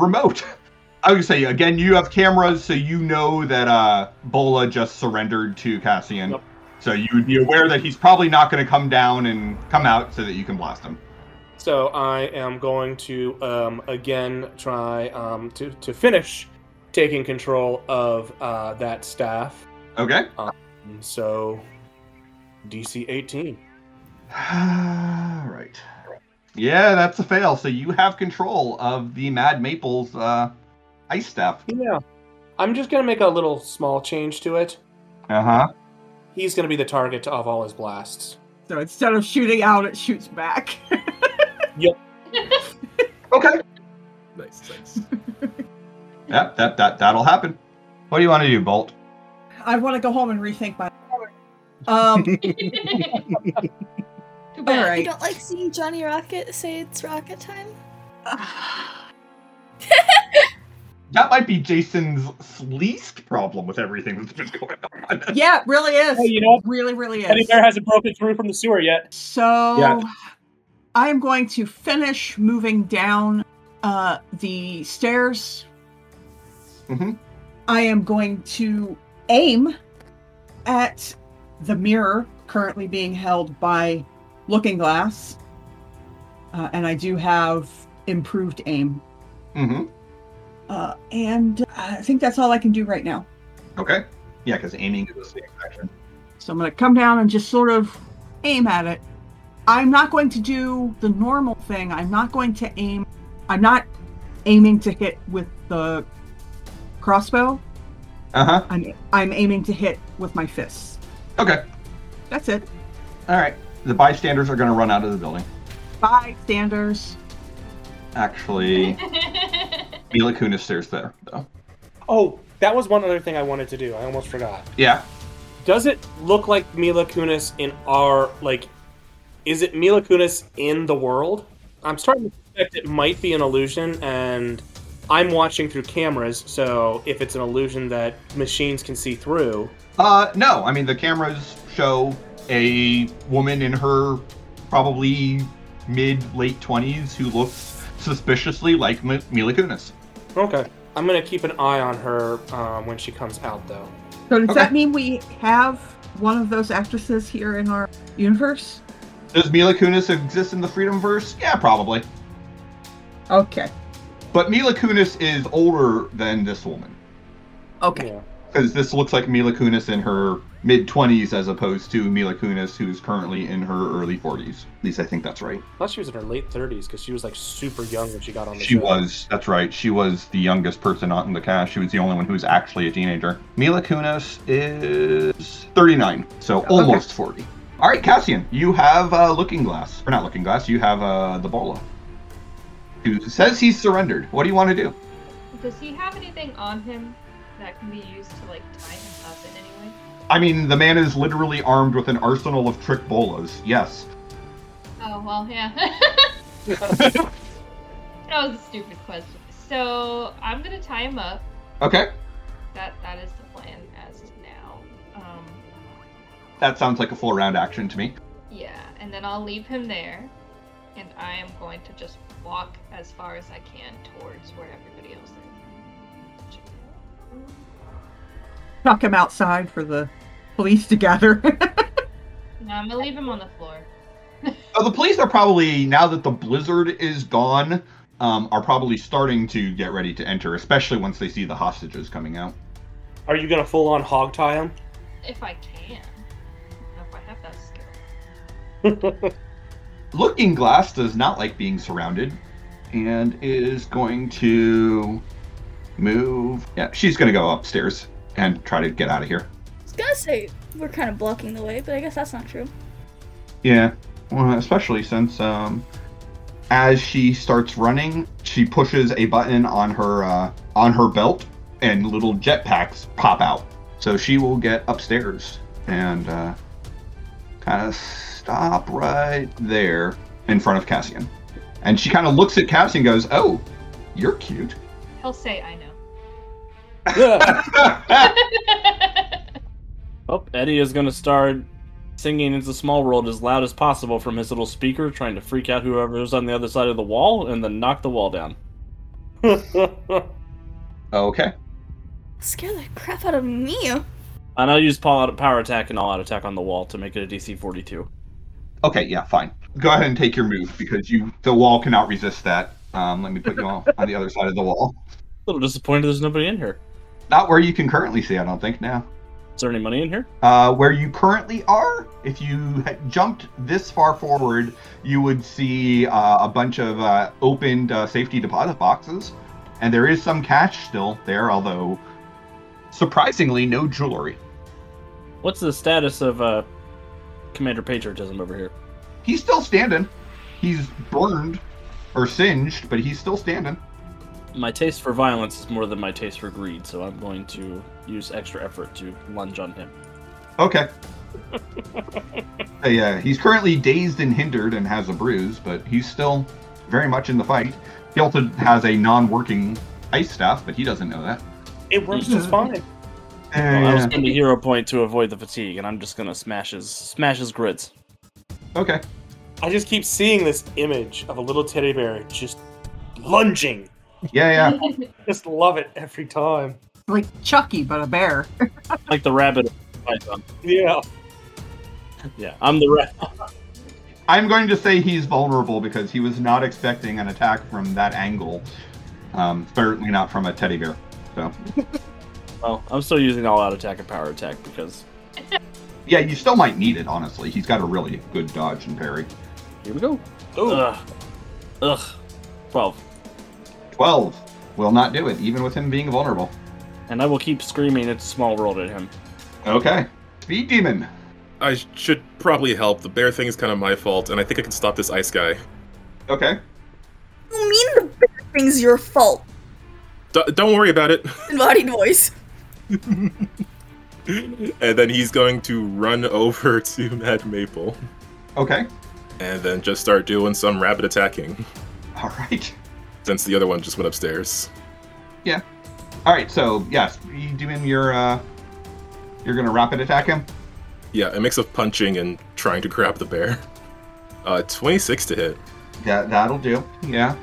[SPEAKER 1] Remote. (laughs) I was gonna say again, you have cameras, so you know that uh Bola just surrendered to Cassian.
[SPEAKER 7] Yep.
[SPEAKER 1] So you would be aware that he's probably not gonna come down and come out so that you can blast him.
[SPEAKER 3] (laughs) So I am going to um, again try um, to to finish taking control of uh, that staff.
[SPEAKER 1] Okay. (sighs)
[SPEAKER 3] So DC 18.
[SPEAKER 1] All right. Yeah, that's a fail. So you have control of the Mad Maple's uh, ice staff.
[SPEAKER 3] Yeah. I'm just gonna make a little small change to it.
[SPEAKER 1] Uh huh.
[SPEAKER 3] He's gonna be the target of all his blasts.
[SPEAKER 2] So instead of shooting out, it shoots back. (laughs)
[SPEAKER 1] Okay.
[SPEAKER 6] Nice, nice.
[SPEAKER 1] Yep. That that that'll happen. What do you want to do, Bolt?
[SPEAKER 2] I want to go home and rethink my. Um, (sighs)
[SPEAKER 4] Too bad.
[SPEAKER 2] Alright.
[SPEAKER 5] You don't like seeing Johnny Rocket say it's rocket time?
[SPEAKER 1] That might be Jason's least problem with everything that's been going on.
[SPEAKER 2] yeah, it really is.
[SPEAKER 7] Hey, you know what?
[SPEAKER 2] really, really
[SPEAKER 7] Teddy
[SPEAKER 2] is.
[SPEAKER 7] Bear hasn't broken through from the sewer yet.
[SPEAKER 2] So
[SPEAKER 3] Yeah.
[SPEAKER 2] I am going to finish moving down uh, the stairs.
[SPEAKER 1] Mhm.
[SPEAKER 2] I am going to aim at the mirror currently being held by Looking Glass. Uh, and I do have improved aim.
[SPEAKER 1] Mm-hmm.
[SPEAKER 2] Uh, and I think that's all I can do right now.
[SPEAKER 1] Okay. Yeah, because aiming is a sneak action.
[SPEAKER 2] So I'm going to come down and just sort of aim at it. I'm not going to do the normal thing. I'm not going to aim. I'm not aiming to hit with the crossbow.
[SPEAKER 1] Uh huh.
[SPEAKER 2] I'm I'm aiming to hit with my fists.
[SPEAKER 1] Okay.
[SPEAKER 2] That's it.
[SPEAKER 1] All right. The bystanders are going to run out of the building.
[SPEAKER 2] Bye, Sanders.
[SPEAKER 4] (laughs)
[SPEAKER 1] Actually, Mila Kunis stares there though.
[SPEAKER 3] Oh, that was one other thing I wanted to do. I almost forgot.
[SPEAKER 1] Yeah.
[SPEAKER 3] Does it look like Mila Kunis in our like? Is it Mila Kunis in the world? I'm starting to suspect it might be an illusion, and I'm watching through cameras. So if it's an illusion that machines can see through,
[SPEAKER 1] Uh, no. I mean, the cameras show a woman in her probably mid late 20s who looks suspiciously like M- Mila Kunis.
[SPEAKER 3] Okay. I'm gonna keep an eye on her um, when she comes out, though.
[SPEAKER 2] So does that
[SPEAKER 1] Okay.
[SPEAKER 2] mean we have one of those actresses here in our universe?
[SPEAKER 1] Does Mila Kunis exist in the Freedom Verse? Yeah, probably.
[SPEAKER 2] Okay.
[SPEAKER 1] But Mila Kunis is older than this woman
[SPEAKER 2] Okay.
[SPEAKER 3] Yeah.
[SPEAKER 1] because this looks like Mila Kunis in her mid 20s as opposed to Mila Kunis who's currently in her early 40s. At least I think that's right.
[SPEAKER 3] I thought she was in her late 30s because she was like super young when she got on the
[SPEAKER 1] She
[SPEAKER 3] show.
[SPEAKER 1] was. That's right. She was the youngest person out in the cast. She was the only one who was actually a teenager. Mila Kunis is 39, so almost 40. All right, Cassian, you have uh, Looking Glass, or not Looking Glass. You have uh, the Bola, who says he's surrendered. What do you want to do?
[SPEAKER 4] (laughs) Does he have anything on him that can be used to like tie him up in any way?
[SPEAKER 1] I mean, the man is literally armed with an arsenal of trick bolas. Yes.
[SPEAKER 4] Oh well, yeah. (laughs) that was a stupid question. So I'm gonna tie him up.
[SPEAKER 1] Okay.
[SPEAKER 4] That that is the plan as to now. Um,
[SPEAKER 1] That sounds like a full round action to me.
[SPEAKER 4] yeah, and then I'll leave him there, and I am going to just walk as far as I can towards where everybody else is.
[SPEAKER 2] Knock him outside for the police to gather. (laughs)
[SPEAKER 4] No, I'm gonna leave him on the floor.
[SPEAKER 1] Oh, the police are probably now that the blizzard is gone, um, are probably starting to get ready to enter, especially once they see the hostages coming out.
[SPEAKER 3] Are you gonna full on hog tie him?
[SPEAKER 4] If I can. I don't know If I have that skill.
[SPEAKER 1] Looking Glass does not like being surrounded, and is going to move. Yeah, she's going to go upstairs and try to get out of here.
[SPEAKER 5] I was gonna say we're kind of blocking the way, but I guess that's not true.
[SPEAKER 1] Yeah, well, especially since um, as she starts running, she pushes a button on her uh, on her belt, and little jetpacks pop out. So she will get upstairs and uh, kind of stop right there in front of Cassian, and she kind of looks at Cassian and goes, "Oh, you're cute." (laughs)
[SPEAKER 4] He'll say I (laughs) know.
[SPEAKER 3] Yeah.
[SPEAKER 7] Oh, Eddie is going to start singing It's a Small World as loud as possible from his little speaker, trying to freak out whoever's on the other side of the wall and then knock the wall down.
[SPEAKER 1] okay.
[SPEAKER 5] Scare the crap out of me.
[SPEAKER 7] And I'll use pow- power attack and all out attack on the wall to make it a DC 42.
[SPEAKER 1] Okay. Yeah. Fine. Go ahead and take your move because you the wall cannot resist that. Um, let me put you all on the other side of the wall.
[SPEAKER 7] A little disappointed there's nobody in here.
[SPEAKER 1] Not where you can currently see, I don't think, now.
[SPEAKER 7] Is there any money in here?
[SPEAKER 1] Uh, where you currently are, if you had jumped this far forward, you would see uh, a bunch of uh, opened uh, safety deposit boxes. And there is some cash still there, although surprisingly, no jewelry.
[SPEAKER 7] What's the status of uh, Commander Patriotism over here?
[SPEAKER 1] He's still standing. He's burned or singed, but he's still standing.
[SPEAKER 7] My taste for violence is more than my taste for greed, so I'm going to use extra effort to lunge on him.
[SPEAKER 1] Okay. Uh, yeah, he's currently dazed and hindered and has a bruise, but he's still very much in the fight. He also has a non-working ice staff, but he doesn't know that.
[SPEAKER 3] it works just
[SPEAKER 1] Mm-hmm.
[SPEAKER 3] fine.
[SPEAKER 1] Oh,
[SPEAKER 7] Well, I was going to hero point to avoid the fatigue, and I'm just going to smash his smash his grits.
[SPEAKER 1] Okay.
[SPEAKER 3] I just keep seeing this image of a little teddy bear just lunging.
[SPEAKER 1] Yeah, yeah.
[SPEAKER 3] Just love it every time.
[SPEAKER 2] like Chucky, but a bear.
[SPEAKER 7] Like the rabbit. Python.
[SPEAKER 3] Yeah.
[SPEAKER 7] Yeah, I'm the rabbit.
[SPEAKER 1] I'm going to say he's vulnerable because he was not expecting an attack from that angle. Um, certainly not from a teddy bear. So
[SPEAKER 7] Well, I'm still using all out attack and power attack because
[SPEAKER 1] yeah, you still might need it. Honestly, he's got a really good dodge and parry.
[SPEAKER 7] here we go.
[SPEAKER 3] Ooh.
[SPEAKER 7] Ugh. Ugh. Twelve.
[SPEAKER 1] Twelve will not do it, even with him being vulnerable.
[SPEAKER 7] And I will keep screaming "It's a small world" at him.
[SPEAKER 1] Okay. Speed demon.
[SPEAKER 6] I sh- should probably help. The bear thing is kind of my fault, and I think I can stop this ice guy.
[SPEAKER 1] Okay.
[SPEAKER 5] You mean the bigger thing's your fault?
[SPEAKER 6] D- don't worry about it. (laughs)
[SPEAKER 5] Embodied voice.
[SPEAKER 6] and then he's going to run (laughs) over to Mad Maple
[SPEAKER 1] Okay.
[SPEAKER 6] and then just start doing some rapid attacking
[SPEAKER 1] (laughs) All right.
[SPEAKER 6] since the other one just went upstairs.
[SPEAKER 1] All right. So yes, speed demon, you're uh, you're gonna rapid attack him.
[SPEAKER 6] Yeah, a mix of punching and trying to grab the bear. Uh, 26 to hit.
[SPEAKER 1] That that'll do. Yeah,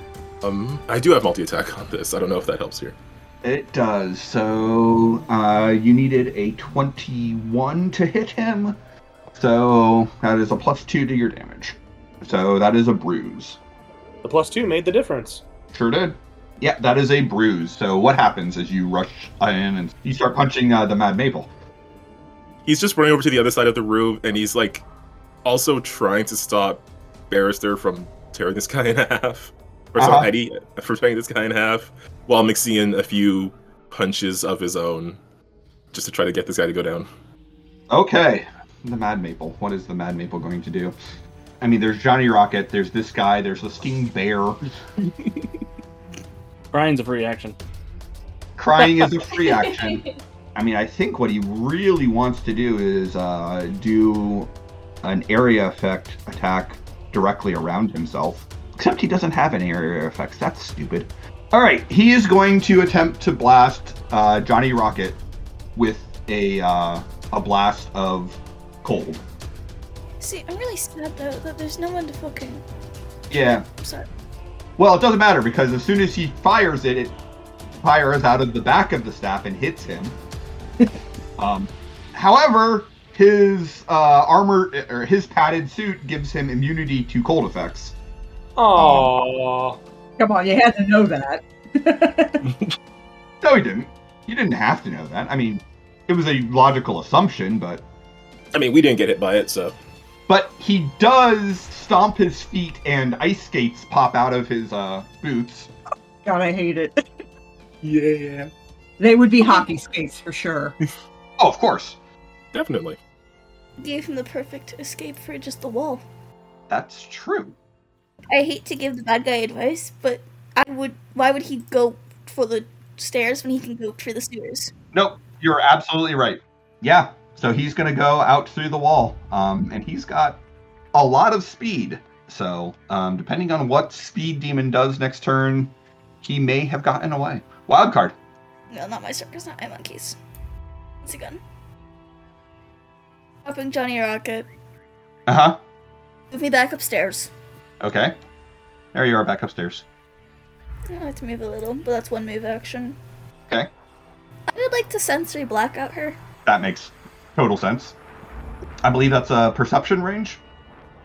[SPEAKER 6] Um, I do have multi attack on this. I don't know if that helps here.
[SPEAKER 1] it does. So uh, you needed a twenty-one to hit him. So that is a plus two to your damage. So that is a bruise.
[SPEAKER 3] The plus two made the difference.
[SPEAKER 1] Sure did. Yeah, that is a bruise. So what happens is you rush in and you start punching uh, the Mad Maple.
[SPEAKER 6] He's just running over to the other side of the room, and he's like, also trying to stop Barrister from tearing this (laughs) guy in half, or
[SPEAKER 1] Uh-huh.
[SPEAKER 6] sorry, Eddie from tearing this guy in half, while mixing in a few punches of his own, just to try to get this guy to go down.
[SPEAKER 1] Okay, the Mad Maple. What is the Mad Maple going to do? I mean, there's Johnny Rocket. There's this guy. There's the Sting Bear.
[SPEAKER 7] Brian's a free action.
[SPEAKER 1] Crying is a free action. I mean, I think what he really wants to do is uh, do an area effect attack directly around himself. Except he doesn't have any area effects. That's stupid. All right, he is going to attempt to blast uh, Johnny Rocket with a uh, a blast of cold.
[SPEAKER 5] See, I'm really sad though that there's no one to fucking.
[SPEAKER 1] Yeah.
[SPEAKER 5] I'm sorry.
[SPEAKER 1] Well, it doesn't matter because as soon as he fires it, it fires out of the back of the staff and hits him. um, however, his uh, armor or his padded suit gives him immunity to cold effects.
[SPEAKER 3] Oh,
[SPEAKER 2] Come on, you had to know that. (laughs)
[SPEAKER 1] No, he didn't. You didn't have to know that. I mean, it was a logical assumption, but
[SPEAKER 6] I mean, we didn't get hit by it, so
[SPEAKER 1] but he does stomp his feet and ice skates pop out of his uh, boots.
[SPEAKER 2] God, I hate it. (laughs)
[SPEAKER 6] yeah,
[SPEAKER 2] They would be hockey skates for sure.
[SPEAKER 1] Oh, of course.
[SPEAKER 6] definitely.
[SPEAKER 5] Gave him the perfect escape for just the wall.
[SPEAKER 1] That's true.
[SPEAKER 5] I hate to give the bad guy advice, but I would. Why would he go for the stairs when he can go for the sewers?
[SPEAKER 1] Nope, you're absolutely right. Yeah, so he's going to go out through the wall, um, and he's got a lot of speed. So, um, depending on what Speed Demon does next turn, he may have gotten away. Wild card.
[SPEAKER 5] No, not my circus, not my monkeys. It's a gun. Popping Johnny Rocket.
[SPEAKER 1] Uh huh.
[SPEAKER 5] Move me back upstairs.
[SPEAKER 1] Okay. There you are, back upstairs.
[SPEAKER 5] I have to move a little, but that's one move action.
[SPEAKER 1] Okay.
[SPEAKER 5] I would like to sensory black out her.
[SPEAKER 1] That makes total sense. I believe that's a perception range.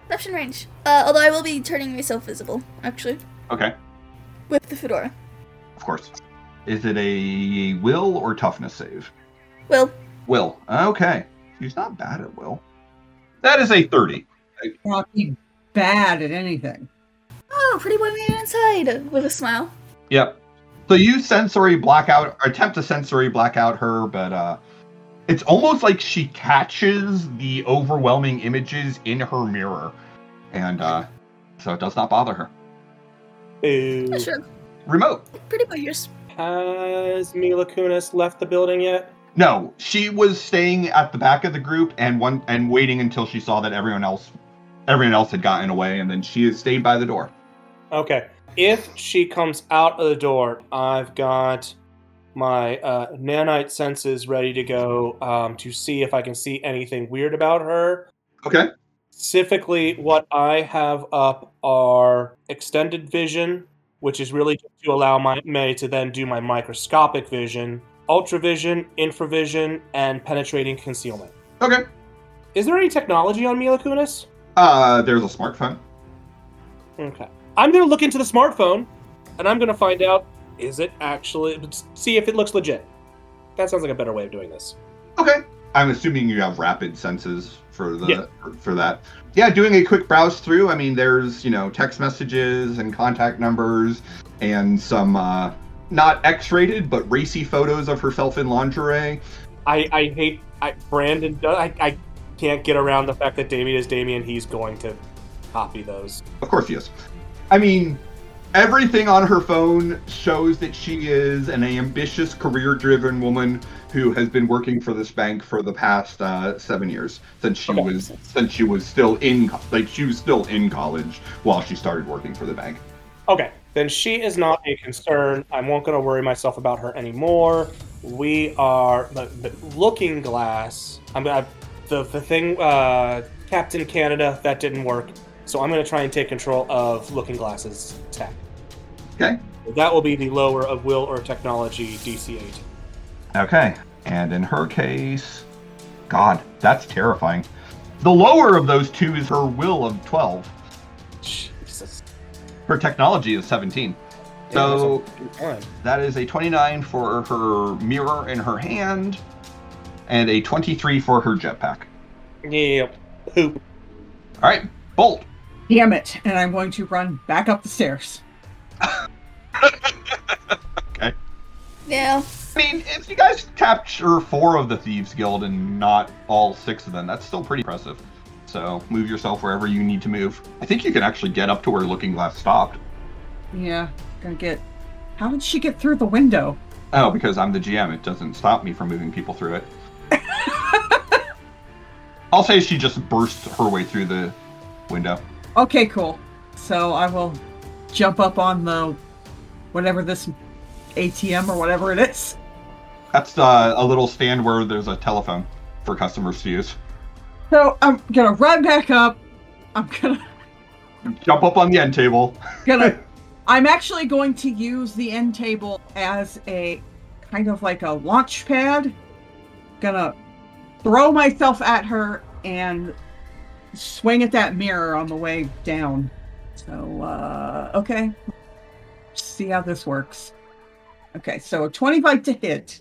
[SPEAKER 5] Perception range. Uh, although I will be turning myself visible, actually,
[SPEAKER 1] Okay,
[SPEAKER 5] with the fedora.
[SPEAKER 1] of course. Is it a will or toughness save?
[SPEAKER 5] Well,
[SPEAKER 1] Will. Okay. She's not bad at will. That is a 30.
[SPEAKER 2] Not be bad at anything.
[SPEAKER 5] oh, pretty boy made it inside with a smile.
[SPEAKER 1] Yep. So you sensory blackout, or attempt to sensory blackout her, but uh, it's almost like she catches the overwhelming images in her mirror, and uh, so it does not bother her.
[SPEAKER 3] Ooh.
[SPEAKER 5] Yeah, sure.
[SPEAKER 1] Remote.
[SPEAKER 5] Pretty boy yours.
[SPEAKER 3] Has Mila Kunis left the building yet?
[SPEAKER 1] No, she was staying at the back of the group and one and waiting until she saw that everyone else, everyone else had gotten away, and then she has stayed by the door.
[SPEAKER 3] Okay. If she comes out of the door, I've got my uh, nanite senses ready to go um, to see if I can see anything weird about her.
[SPEAKER 1] Okay.
[SPEAKER 3] Specifically, what I have up are extended vision, which is really just to allow my May to then do my microscopic vision, ultravision, infravision, and penetrating concealment.
[SPEAKER 1] Okay.
[SPEAKER 3] Is there any technology on Mila Kunis?
[SPEAKER 1] Uh, there's a smartphone.
[SPEAKER 3] Okay. I'm going to look into the smartphone and I'm going to find out is it actually see if it looks legit. That sounds like a better way of doing this.
[SPEAKER 1] Okay. I'm assuming you have rapid senses for the
[SPEAKER 3] Yeah.
[SPEAKER 1] for, for that. Yeah, doing a quick browse through. I mean, there's you know text messages and contact numbers and some uh, not X-rated but racy photos of herself in lingerie.
[SPEAKER 3] I, I hate I Brandon do- I, I can't get around the fact that Damien is Damien he's going to copy those.
[SPEAKER 1] Of course, yes. I mean, everything on her phone shows that she is an ambitious, career-driven woman who has been working for this bank for the past uh, seven years since she was since she was still in co- like she was still in college while she started working for the bank.
[SPEAKER 3] Okay. Then she is not a concern. I won't going to worry myself about her anymore. We are the, the Looking Glass. I'm I, the the thing. Uh, Captain Canada that didn't work. So I'm going to try and take control of Looking Glass's attack.
[SPEAKER 1] Okay.
[SPEAKER 3] That will be the lower of will or technology DC 8.
[SPEAKER 1] Okay. And in her case, God, that's terrifying. The lower of those two is her will of 12.
[SPEAKER 7] Jesus.
[SPEAKER 1] Her technology is 17. So that is a 29 for her mirror in her hand, and a 23 for her jetpack.
[SPEAKER 3] Yeah. Poop.
[SPEAKER 1] All right, Bolt.
[SPEAKER 2] Damn it. And I'm going to run back up the stairs.
[SPEAKER 5] Yeah.
[SPEAKER 1] I mean, if you guys capture four of the Thieves Guild and not all six of them, that's still pretty impressive. So move yourself wherever you need to move. I think you can actually get up to where Looking Glass stopped.
[SPEAKER 2] Yeah. Gonna get. How did she get through the window?
[SPEAKER 1] Oh, because I'm the GM, it doesn't stop me from moving people through it. I'll say she just burst her way through the window.
[SPEAKER 2] Okay, cool. So I will jump up on the whatever this ATM or whatever it is.
[SPEAKER 1] That's uh, a little stand where there's a telephone for customers to use.
[SPEAKER 2] So I'm gonna run back up. I'm gonna
[SPEAKER 1] Jump up on the end table.
[SPEAKER 2] gonna I'm actually going to use the end table as a kind of like a launch pad. Gonna throw myself at her and swing at that mirror on the way down. So uh okay. See how this works. Okay, so a 25 to hit,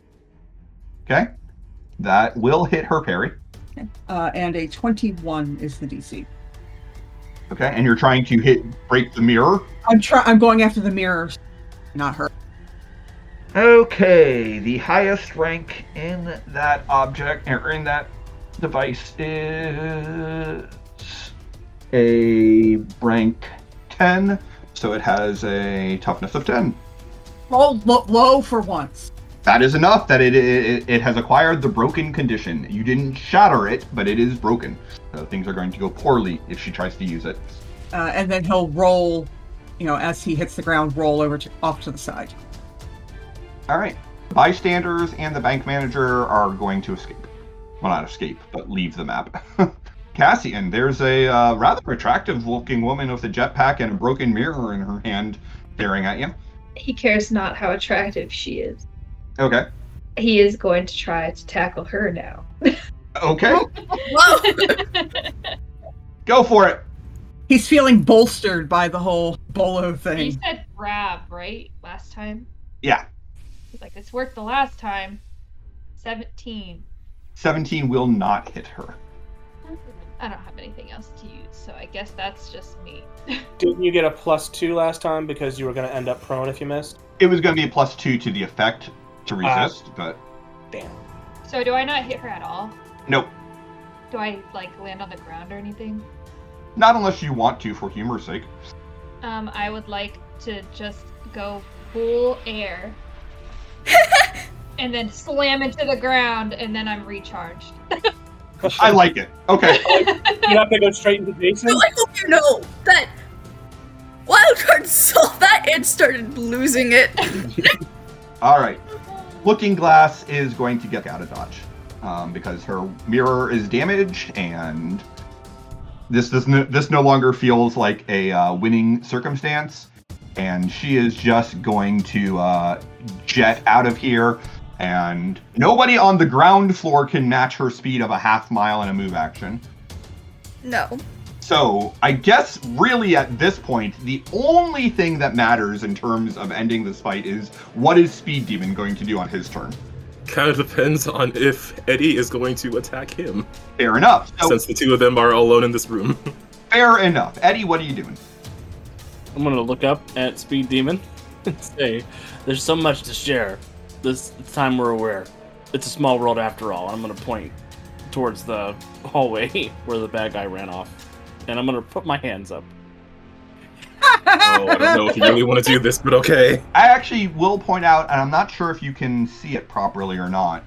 [SPEAKER 1] Okay. That will hit her parry.
[SPEAKER 2] uh, and a 21 is the DC.
[SPEAKER 1] Okay. And you're trying to hit, break the mirror.
[SPEAKER 2] I'm try- I'm going after the mirror, not her.
[SPEAKER 1] Okay, the highest rank in that object or in that device is a rank 10, so it has a toughness of 10.
[SPEAKER 2] Roll lo- low for once.
[SPEAKER 1] That is enough that it, it it has acquired the broken condition. You didn't shatter it, but it is broken. So things are going to go poorly if she tries to use it.
[SPEAKER 2] uh, and then he'll roll, you know, as he hits the ground, roll over to off to the side.
[SPEAKER 1] All right. Bystanders and the bank manager are going to escape. Well, not escape, but leave the map. (laughs) Cassian, there's a uh, rather attractive looking woman with a jetpack and a broken mirror in her hand staring at you.
[SPEAKER 4] (laughs) He cares not how attractive she is.
[SPEAKER 1] Okay.
[SPEAKER 4] He is going to try to tackle her now.
[SPEAKER 1] Okay.
[SPEAKER 5] Whoa. (laughs)
[SPEAKER 1] Go for it.
[SPEAKER 2] He's feeling bolstered by the whole bolo
[SPEAKER 4] you
[SPEAKER 2] thing.
[SPEAKER 4] said grab, right? Last time?
[SPEAKER 1] Yeah.
[SPEAKER 4] Like, this worked the last time. 17.
[SPEAKER 1] 17 will not hit her.
[SPEAKER 4] I don't have anything else to use, so I guess that's just me.
[SPEAKER 3] Didn't you get a plus two last time because you were going to end up prone if you missed?
[SPEAKER 1] It was going to be a plus two to the effect to resist, but
[SPEAKER 3] Damn.
[SPEAKER 4] So, do I not hit her at all?
[SPEAKER 1] nope.
[SPEAKER 4] Do I, like, land on the ground or anything?
[SPEAKER 1] Not unless you want to for humor's sake.
[SPEAKER 4] Um, I would like to just go full air. and then slam into the ground, and then I'm recharged.
[SPEAKER 1] I like it. Okay.
[SPEAKER 3] You have to go straight into Jason?
[SPEAKER 5] I hope you know that Wildcard saw that and started losing it.
[SPEAKER 1] All right. Looking Glass is going to get out of dodge um, because her mirror is damaged, and this this no, this no longer feels like a uh, winning circumstance. And she is just going to uh, jet out of here, and nobody on the ground floor can match her speed of a half mile in a move action.
[SPEAKER 5] No.
[SPEAKER 1] So I guess really at this point, the only thing that matters in terms of ending this fight is what is Speed Demon going to do on his turn.
[SPEAKER 6] Kind of depends on if Eddie is going to attack him,
[SPEAKER 1] Fair enough. So
[SPEAKER 6] since the two of them are alone in this room.
[SPEAKER 1] fair enough. Eddie, what are you doing?
[SPEAKER 7] I'm gonna look up at Speed Demon (laughs) and say, "There's so much to share. This time we're aware. It's a small world after all." I'm gonna point towards the hallway (laughs) where the bad guy ran off, and I'm gonna put my hands up.
[SPEAKER 6] oh, I don't know if you really want to do this, but okay.
[SPEAKER 1] I actually will point out, and I'm not sure if you can see it properly or not,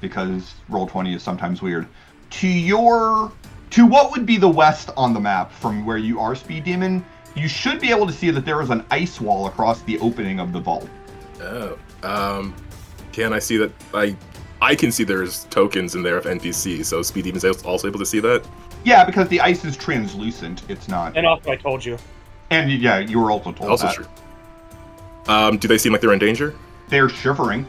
[SPEAKER 1] because roll twenty is sometimes weird. To your to what would be the west on the map from where you are, Speed Demon, you should be able to see that there is an ice wall across the opening of the vault.
[SPEAKER 6] Oh, um, can I see that? I I can see there's tokens in there of NPC, so Speed Demon's al- also able to see that.
[SPEAKER 1] Yeah, because the ice is translucent. It's not.
[SPEAKER 3] And also, I told you.
[SPEAKER 1] And yeah, you were also told
[SPEAKER 6] also
[SPEAKER 1] that.
[SPEAKER 6] true. Um, do they seem like they're in danger? Ah,
[SPEAKER 1] They're shivering.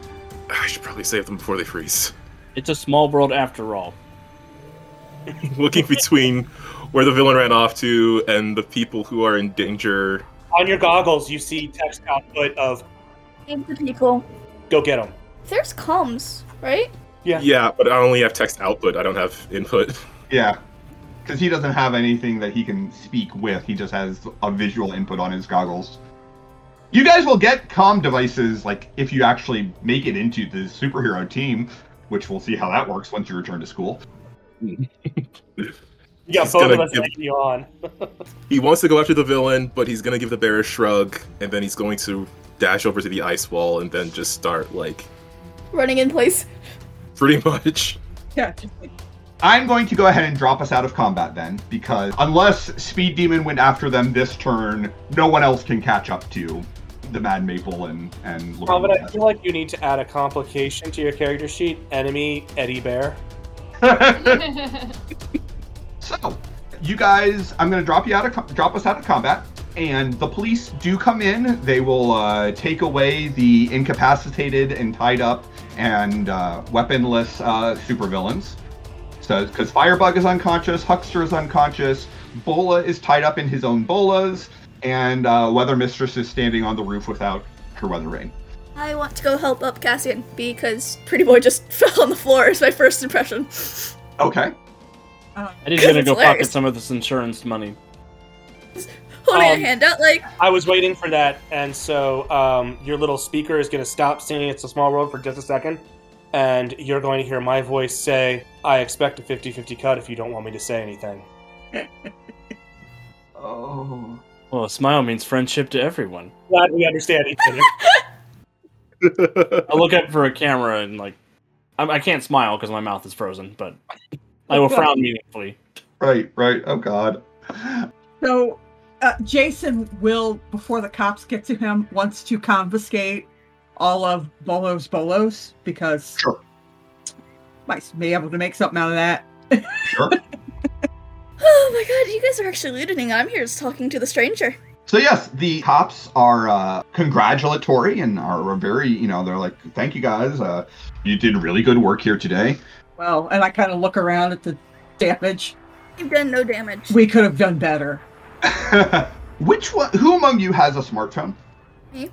[SPEAKER 6] I should probably save them before they freeze. (laughs)
[SPEAKER 7] It's a small world after all.
[SPEAKER 6] Looking between where the villain ran off to and the people who are in danger.
[SPEAKER 3] On your goggles, you see text output of
[SPEAKER 5] Save the people.
[SPEAKER 3] "Go get them."
[SPEAKER 5] There's comms, right?
[SPEAKER 3] Yeah.
[SPEAKER 6] Yeah, but I only have text output. I don't have input. (laughs)
[SPEAKER 1] Yeah. Because he doesn't have anything that he can speak with. He just has a visual input on his goggles. You guys will get comm devices, like, if you actually make it into the superhero team, which we'll see how that works once you return to school.
[SPEAKER 3] You got
[SPEAKER 6] He's
[SPEAKER 3] both of
[SPEAKER 6] gonna
[SPEAKER 3] us
[SPEAKER 6] give-
[SPEAKER 3] egging you on.
[SPEAKER 6] He wants to go after the villain, but he's gonna give the bear a shrug, and then he's going to dash over to the ice wall and then just start like
[SPEAKER 5] Running in place.
[SPEAKER 6] pretty (laughs) much.
[SPEAKER 2] Yeah.
[SPEAKER 1] I'm going to go ahead and drop us out of combat then, because unless Speed Demon went after them this turn, no one else can catch up to the Mad Maple and and
[SPEAKER 3] Robin, I
[SPEAKER 1] Lorena.
[SPEAKER 3] feel like you need to add a complication to your character sheet. Enemy Eddie Bear.
[SPEAKER 1] So, you guys, I'm gonna drop you out of co- drop us out of combat, and the police do come in. They will uh, take away the incapacitated and tied up and uh, weaponless uh, supervillains. So, because Firebug is unconscious, Huckster is unconscious, Bola is tied up in his own bolas, and uh, Weather Mistress is standing on the roof without her weather ring.
[SPEAKER 5] I want to go help up Cassian because Pretty Boy just (laughs) fell on the floor. Is my first impression.
[SPEAKER 1] Okay.
[SPEAKER 2] Um,
[SPEAKER 7] Eddie's gonna go pocket
[SPEAKER 5] Hilarious.
[SPEAKER 7] some of this insurance money.
[SPEAKER 5] Holding
[SPEAKER 3] Um,
[SPEAKER 5] a hand out, like
[SPEAKER 3] I was waiting for that, and so um, your little speaker is going to stop singing It's a Small World for just a second, and you're going to hear my voice say, I expect a 50 50 cut if you don't want me to say anything.
[SPEAKER 1] Oh.
[SPEAKER 7] Well, a smile means friendship to everyone.
[SPEAKER 3] Glad we understand each other.
[SPEAKER 7] I look up for a camera and like, I'm, I can't smile because my mouth is frozen, but I will frown meaningfully.
[SPEAKER 1] Right. Right. Oh God.
[SPEAKER 2] So uh, Jason will, before the cops get to him, wants to confiscate all of Bolo's Bolos because
[SPEAKER 1] Sure.
[SPEAKER 2] might be able to make something out of that.
[SPEAKER 1] Sure.
[SPEAKER 5] Oh my god, you guys are actually looting. I'm here just talking to the stranger.
[SPEAKER 1] So yes, the cops are uh, congratulatory and are very, you know, they're like, "Thank you guys, uh, you did really good work here today." (laughs)
[SPEAKER 2] Well, and I kind of look around at the damage.
[SPEAKER 5] You've done no damage.
[SPEAKER 2] We could have done better.
[SPEAKER 1] Which one? Who among you has a smartphone?
[SPEAKER 2] I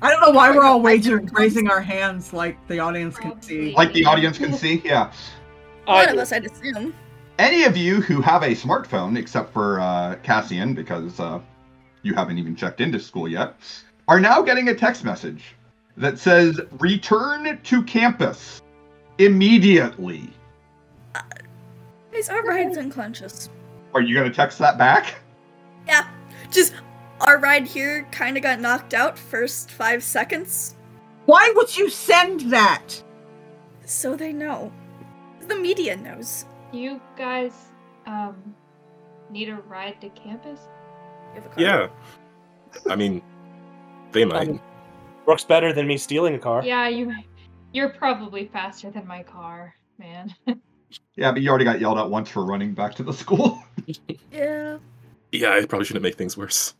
[SPEAKER 2] don't know why we're all waging, raising our hands like the audience can see.
[SPEAKER 1] Like the audience can see, yeah.
[SPEAKER 5] (laughs) One of
[SPEAKER 3] I,
[SPEAKER 5] us, I'd assume.
[SPEAKER 1] Any of you who have a smartphone, except for uh, Cassian, because uh, you haven't even checked into school yet, are now getting a text message that says, "Return to campus immediately."
[SPEAKER 5] Guys, our ride's unconscious.
[SPEAKER 1] Are you gonna text that back?
[SPEAKER 5] Yeah, just our ride here kind of got knocked out first five seconds,
[SPEAKER 2] Why would you send that?
[SPEAKER 5] so they know. The media knows.
[SPEAKER 4] you guys um, need a ride to campus?
[SPEAKER 5] You have a car.
[SPEAKER 6] yeah. I mean, they might.
[SPEAKER 3] works better than me stealing a car.
[SPEAKER 4] Yeah, you you're probably faster than my car, man.
[SPEAKER 1] Yeah, but you already got yelled at once for running back to the (laughs) school.
[SPEAKER 5] Yeah.
[SPEAKER 6] Yeah, I probably shouldn't make things worse.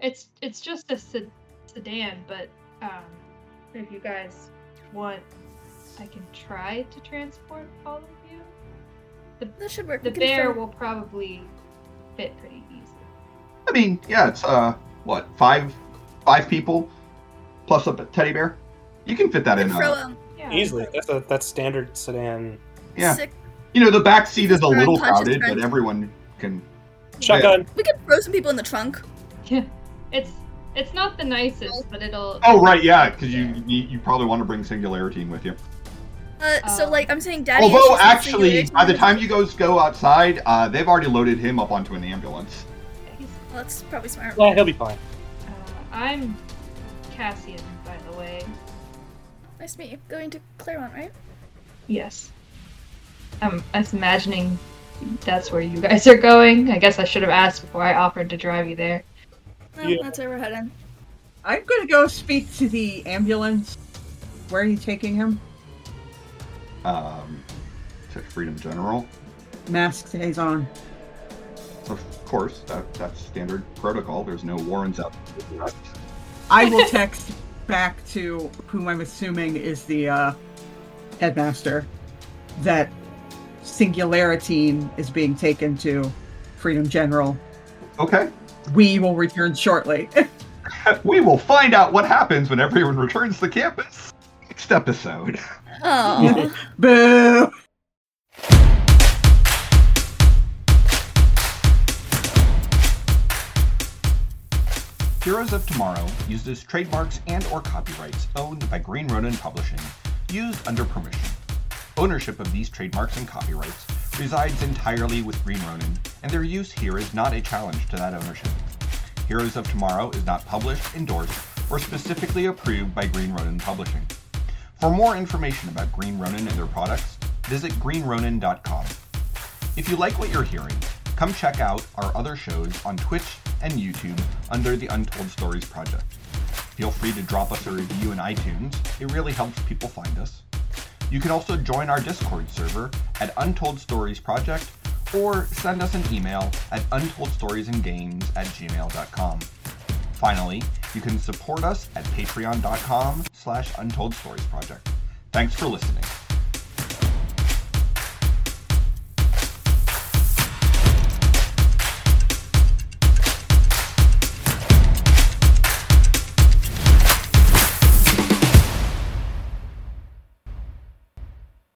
[SPEAKER 4] It's it's just a sed- sedan, but um, if you guys want, I can try to transport all of you.
[SPEAKER 5] That should work.
[SPEAKER 4] The
[SPEAKER 5] We can
[SPEAKER 4] bear
[SPEAKER 5] throw-
[SPEAKER 4] will probably fit pretty easily.
[SPEAKER 1] I mean, yeah, it's uh, what five, five people, plus a teddy bear. You can fit that
[SPEAKER 5] we
[SPEAKER 1] in.
[SPEAKER 5] can throw
[SPEAKER 1] Uh,
[SPEAKER 5] um,
[SPEAKER 4] Yeah.
[SPEAKER 3] Easily. That's a that's standard sedan.
[SPEAKER 1] yeah.
[SPEAKER 5] sick-
[SPEAKER 1] you know, the back seat is a
[SPEAKER 5] Throw in
[SPEAKER 1] little
[SPEAKER 5] conscious
[SPEAKER 1] crowded, but
[SPEAKER 5] friends.
[SPEAKER 1] everyone can.
[SPEAKER 3] Shotgun.
[SPEAKER 5] We could throw some people in the trunk.
[SPEAKER 4] Yeah. (laughs) It's it's not the nicest, but it'll.
[SPEAKER 1] Oh right, yeah, because you, you you probably want to bring Singularity in with you.
[SPEAKER 5] Uh, so
[SPEAKER 4] Um,
[SPEAKER 5] like I'm saying, Daddy.
[SPEAKER 1] Although
[SPEAKER 5] issues and
[SPEAKER 1] actually,
[SPEAKER 5] singularity
[SPEAKER 1] by the time
[SPEAKER 5] is-
[SPEAKER 1] you guys go outside, uh, they've already loaded him up onto an ambulance.
[SPEAKER 4] He's,
[SPEAKER 5] Well, that's probably smart.
[SPEAKER 3] Yeah, he'll be fine.
[SPEAKER 4] uh, I'm Cassian, by the way.
[SPEAKER 5] Nice to meet you. Going to Claremont, right?
[SPEAKER 4] Yes. I'm, I'm imagining that's where you guys are going. I guess I should have asked before I offered to drive you there.
[SPEAKER 5] No,
[SPEAKER 3] Yeah.
[SPEAKER 5] that's where we're heading.
[SPEAKER 2] I'm going to go speak to the ambulance. Where are you taking him?
[SPEAKER 1] um, to Freedom General.
[SPEAKER 2] Mask stays on.
[SPEAKER 1] So of course, that, that's standard protocol. There's no warrants out.
[SPEAKER 2] I will text (laughs) back to whom I'm assuming is the uh, headmaster that Singularity is being taken to Freedom General.
[SPEAKER 1] Okay.
[SPEAKER 2] We will return shortly. (laughs)
[SPEAKER 1] we will find out what happens when everyone returns to campus. Next episode. (laughs)
[SPEAKER 5] Oh.
[SPEAKER 2] Boo!
[SPEAKER 1] Heroes of Tomorrow uses trademarks and or copyrights owned by Green Ronin Publishing, used under permission. Ownership of these trademarks and copyrights resides entirely with Green Ronin, and their use here is not a challenge to that ownership. Heroes of Tomorrow is not published, endorsed, or specifically approved by Green Ronin Publishing. For more information about Green Ronin and their products, visit greenronin.com. If you like what you're hearing, come check out our other shows on Twitch and YouTube under the Untold Stories Project. Feel free to drop us a review in iTunes, it really helps people find us. You can also join our Discord server at Untold Stories Project or send us an email at untoldstoriesandgames at gmail.com. Finally, you can support us at patreon.com slash untold stories project. Thanks for listening.